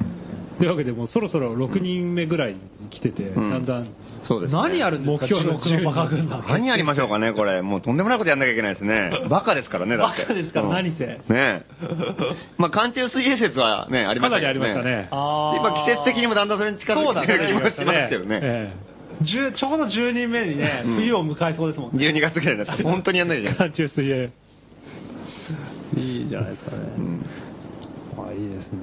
B: というわけで、もうそろそろ6人目ぐらいに来てて、
C: ん
B: だんだん、
C: そうですね、
A: 何やるんですか、
B: 目標の
A: 地獄のバカ軍団。
C: 何やりましょうかね、これ。もうとんでもないことやんなきゃいけないですね。バカですからね、だって。
A: バカですから
C: うん
A: 何せ
C: ねえ。まあ、寒中水泳説はね、ありま
B: か
C: した
B: な
C: けどね
B: りありましたね。
A: あー
C: 今、季節的にもだんだんそれに近づいてきてる気もしますけどね。
B: え
A: 10ちょうど10人目にね、
C: うん
A: 冬を迎えそうですもんね。
C: 12月ぐらいになって、本当にやんなきゃいけ
B: え
C: ない。
B: 寒中水泳。
A: いいじゃないですかね。
C: うん
B: まあいいですね。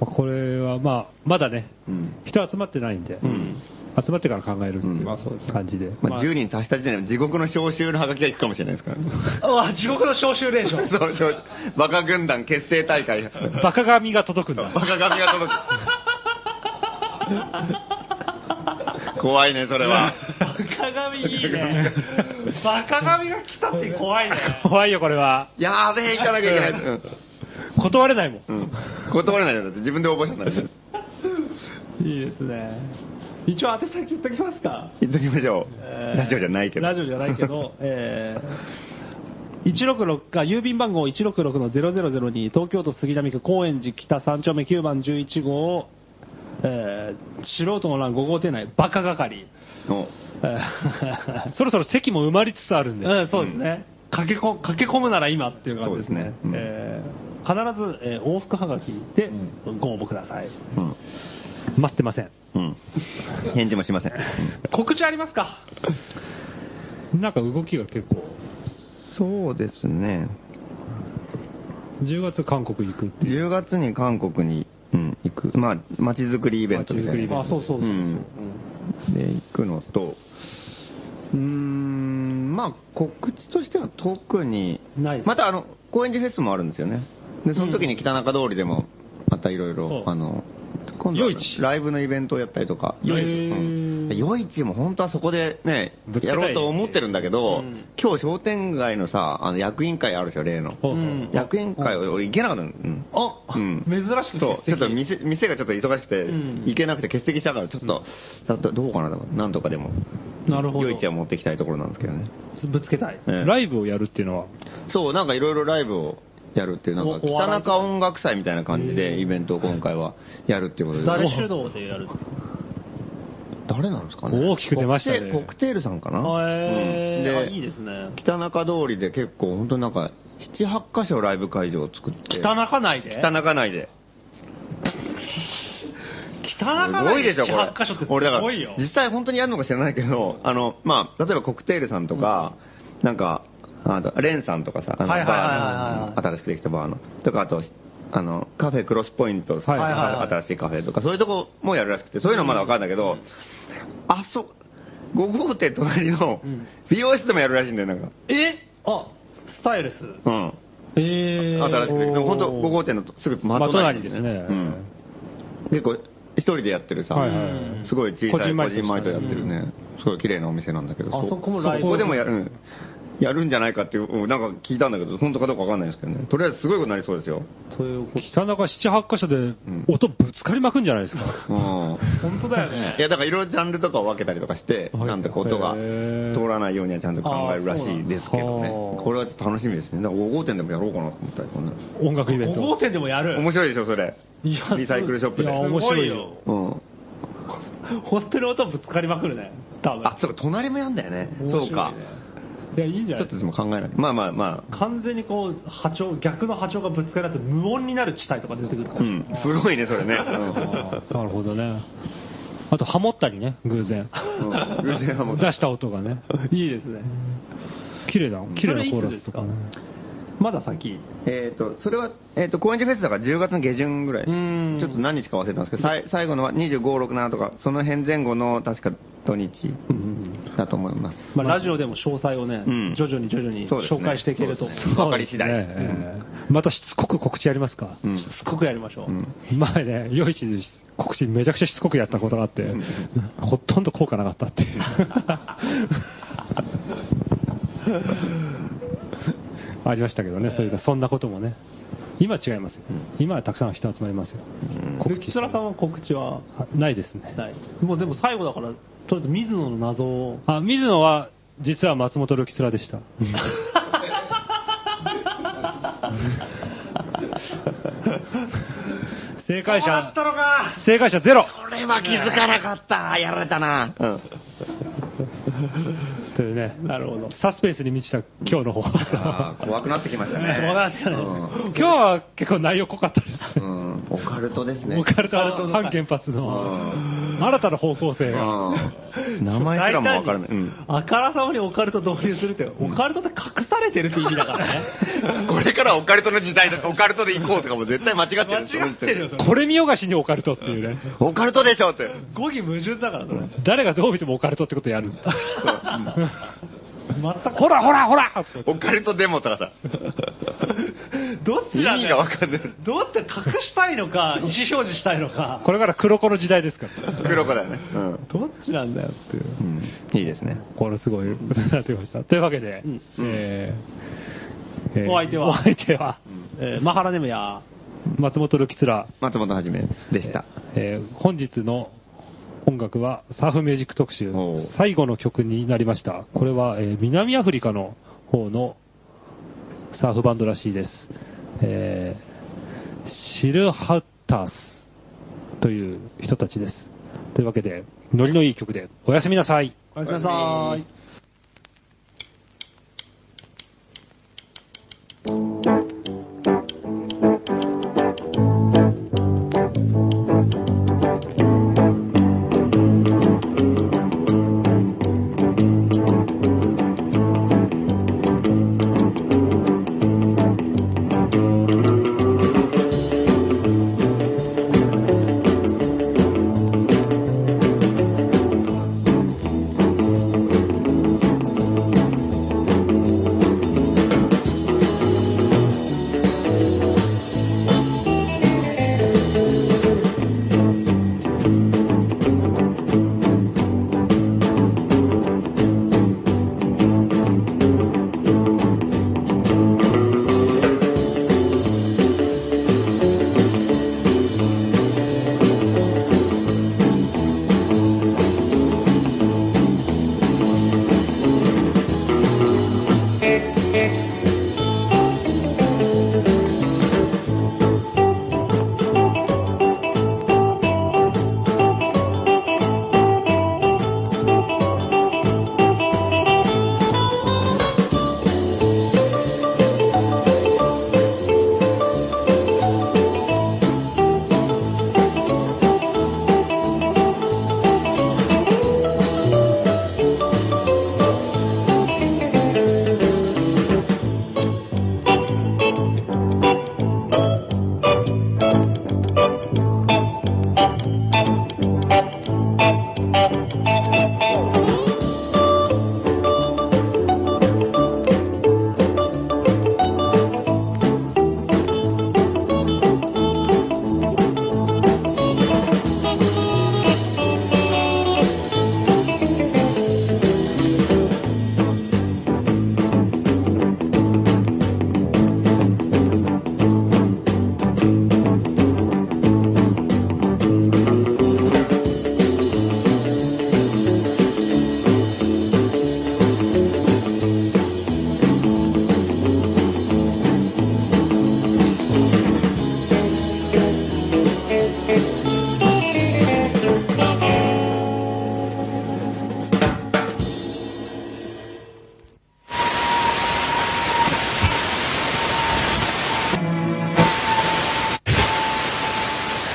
B: まあこれはまあ、まだね、
C: うん
B: 人集まってないんで、
C: ん
B: 集まってから考えるって
C: う
B: い
C: んまあそう
B: う感じで。
C: まあ、10人足した時点で地獄の召集のハガキがいくかもしれないですからね。 <laughs>
A: うわ、地獄の招集令状。
C: そう、召集バカ軍団結成大会。
B: バカ神が届くんだ。
C: <laughs> バカ神が届く。怖いね、それは。
A: バカ神いいね。バカ神が来たって怖いね。
B: 怖いよ、これは。
C: やべえ、行かなきゃいけない。うん
B: 断れないもん。
C: うん断れないよ、だって自分で応募したんだからね
A: いいですね。一応宛先言っときますか。
C: 言っときましょう、
A: えー
C: ラジオじゃないけど。
A: ラジオじゃないけど、えー166か郵便番号166の0002東京都杉並区高円寺北三丁目9番11号、えー素人の欄5号店内バカ係、
C: <laughs> お
A: え
C: <laughs>
B: そろそろ席も埋まりつつあるん
A: ー
B: で。
A: うんそうですね、駆けこ駆け込むなら今っていう感じですね
C: そうですねうん
A: えー必ず、えー往復はがきでご応募ください
C: うん
B: 待ってません。
C: うん返事もしません。
A: 告知ありますか
B: なんか動きが結構、
C: そうですね。
B: 10月韓国行くっていう。
C: 10月に韓国に、うん、行く。まあ、街づくりイベントみたい
B: 街づくりイベン
C: な。
A: あ
B: ト
A: そうそうそうそう、
C: うんで、行くのと、うーん、まあ、告知としては特に、
A: ないです
C: また、あの、高円寺フェスもあるんですよね。で、その時に北中通りでも、またいろいろ、
B: うん
C: あの、今度は
B: 夜市
C: ライブのイベントをやったりとか、
B: 夜市
C: うん夜市も本当はそこでね
B: ぶつ、けた
C: や
B: い
C: ろうと思ってるんだけど、
A: うん
C: 今日商店街のさ、あの役員会あるでしょ、例の。
B: ほうほう
A: うん
C: 役員会、俺行けなかったの。うん
A: あ、
C: うん
A: 珍しく <laughs>
C: そう、ちょっと店店がちょっと忙しくて、
A: うん
C: 行けなくて欠席したから、ちょっと、だってどうかなと思って、なんとかでも、
A: なるほど
C: 夜市は持ってきたいところなんですけどね。
A: ぶつけたい
C: ええ
B: ライブをやるっていうのは、
C: そう、なんかいろいろライブをやるっていう、なんか、
A: おお
C: 北
A: 笑いとか
C: 中音楽祭みたいな感じで、イベントを今回はやるっていうことで。
A: 誰
C: お
A: 主導でやるんですか
C: 誰なんですかね。
B: 大きく出ましたね
C: コクテーコクテールさんかな。
A: へーあ
C: うん
A: いいですね
C: 北中通りで結構、本当になんか、7、8箇所ライブ会場を作って。
A: 北中内で
C: 北中内で。
A: 北
C: す
A: 中
C: ご
A: 内
C: い
A: で
C: でしょ、これ
A: 8。箇所ってす
C: 俺だか
A: ご
C: ら
A: いよ、
C: 実際本当にやるのか知らないけど、あの、まあ、例えばコクテールさんとか、なんか、あと、レンさんとかさ、あの
A: はいはいはいはいはい
C: バーの新しくできたバーの、とか、あと、あの、カフェクロスポイントさ、
A: はいはいはい
C: 新しいカフェとか、そういうとこもやるらしくて、そういうのまだわかんないけど、あ、そう、5号店隣の
A: うん
C: 美容室でもやるらしいんだよ、なんか。
A: えあスタイルス
C: うん。
A: え
C: 新しくできた。本当5号店のすぐ真隣
B: 真隣ですね
C: うん結構、一人でやってるさ、
B: はいはいはい
C: すごい小
B: こ
C: さ
B: じ
C: い
B: んま
C: 個
B: りとしたね
C: 人前とやってるね、すごい綺麗なお店なんだけど、
A: あそこもライブ
C: そこでもやる、うんやるんじゃないかっていう、うんなんか聞いたんだけど、本当かどうかわかんないですけどね、とりあえずすごいことになりそうですよ。
A: ということ
B: 北中7、8箇所で
C: ん
B: 音ぶつかりまくんじゃないですか。
C: うん
A: 本当だよね
C: いやだからいろいろジャンルとかを分けたりとかして、
B: はい
C: なんとか音が
B: へー
C: 通らないようにはちゃんと考えるらしいですけどね
B: あーそうなんだ、
C: これはちょっと楽しみですね、だから5号店でもやろうかなと思ったりとかね、
B: 音楽イベン
A: 5
B: ト。
A: 号店でもやる
C: 面白いでしょ、それ、
A: いや
C: リサイクルショップで
A: いや面白いよ
C: うん、
A: 本当に音ぶつかりまくるね多分
C: あそうか、隣もやんだよね、
A: 面白い
C: そ
A: ね
C: うか、
A: いやいいんじゃ
C: ち
A: な
C: ょっ
A: い
C: とでも考えない、まあまあまあ、
A: 完全にこう波長逆の波長がぶつかり合って無音になる地帯とか出てくるかも
C: う
A: しれない
C: ん、すごいね、それね。うん
B: あーなるほどね。あと、ハモったりね、偶然。 <laughs>
C: 偶然ハモった
B: 出した音
C: <laughs>
B: がね。
A: いいですね
B: 綺麗だ、綺麗なコーラスとかね。
A: まだ先
C: えっとそれは、えー、と高円寺フェスだから10月の下旬ぐらい、ち
A: ん
C: ょっと何日か忘れたんですけど、さい最後のは25、6、7とか、その辺前後の確か土日だと思います。
A: まあ、ラジオでも詳細をね、
C: うん
A: 徐々に徐々に
C: そうですね
A: 紹介していけると、
C: そうですねわかり次第、
B: ねえーまたしつこく告知やりますか。
C: うん
A: しつこくやりましょう、
C: うん
B: 前ね、夜市で告知めちゃくちゃしつこくやったことがあって、ほとんど効果なかったっ
A: <laughs>
B: ていう。ありましたけどね、それがそんなこともね。今は違いますよ。今はたくさん人集まりますよ。
A: ルッツラさんは告知は
B: あないですね。
A: ないもうでも最後だからとりあえず水野の謎を
B: あ、水野は、実は松本ルキスラでした。正解
A: そうだっ
B: 者、
A: たのか
B: 正解者ゼロ
C: これは気づかなかった。やられたな。うん。
B: というね、
A: なるほど。
B: サスペンスに満ちた今日の方。
C: あー怖くなってきましたね。
A: 怖かったね
B: 今日は結構内容濃かったです。
C: うん。うんオカルトですね。
B: オカルト
A: オカルトの
B: 反原発の新たな方向性が。
C: うん名前すらもわからない。うん
A: あからさまにオカルト導入するって、オカルトって隠されてるって意味だからね。
C: これからオカルトの時代だからオカルトで行こうとかも絶対間違ってるんですよ。
A: 間違ってるよ、それ。
B: これ見よがしにオカルトっていうね。
C: オカルトでしょって。
A: 語義矛盾だから、それ。
B: 誰がどう見てもオカルトってことやる。
A: 全く、
B: ほらほらほら
C: オカルトデモとかさ。
A: どっ
C: 意
A: ちなんだよ
C: 味がわかんない。
A: どうやって隠したいのか、意思表示したいのか、
B: これから黒子の時代ですから。
C: 黒子だよね。
A: どっちなんだよっていう。
C: うん。いいですね。
B: これすごい <laughs> ことになってきました。というわけで、
A: うん
B: えーえー
A: お相手は
B: お相手は、
A: えー、マハラネムヤ
B: 松本るきつら、
C: 松本はじめでした。
B: えー本日の音楽はサーフミュージック特集
C: おう、
B: 最後の曲になりました。これは、えー南アフリカの方のサーフバンドらしいです。えーシルハッタスという人たちです。というわけで、ノリのいい曲で、おやすみなさい。
A: おやすみなさーい。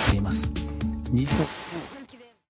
D: っています。二度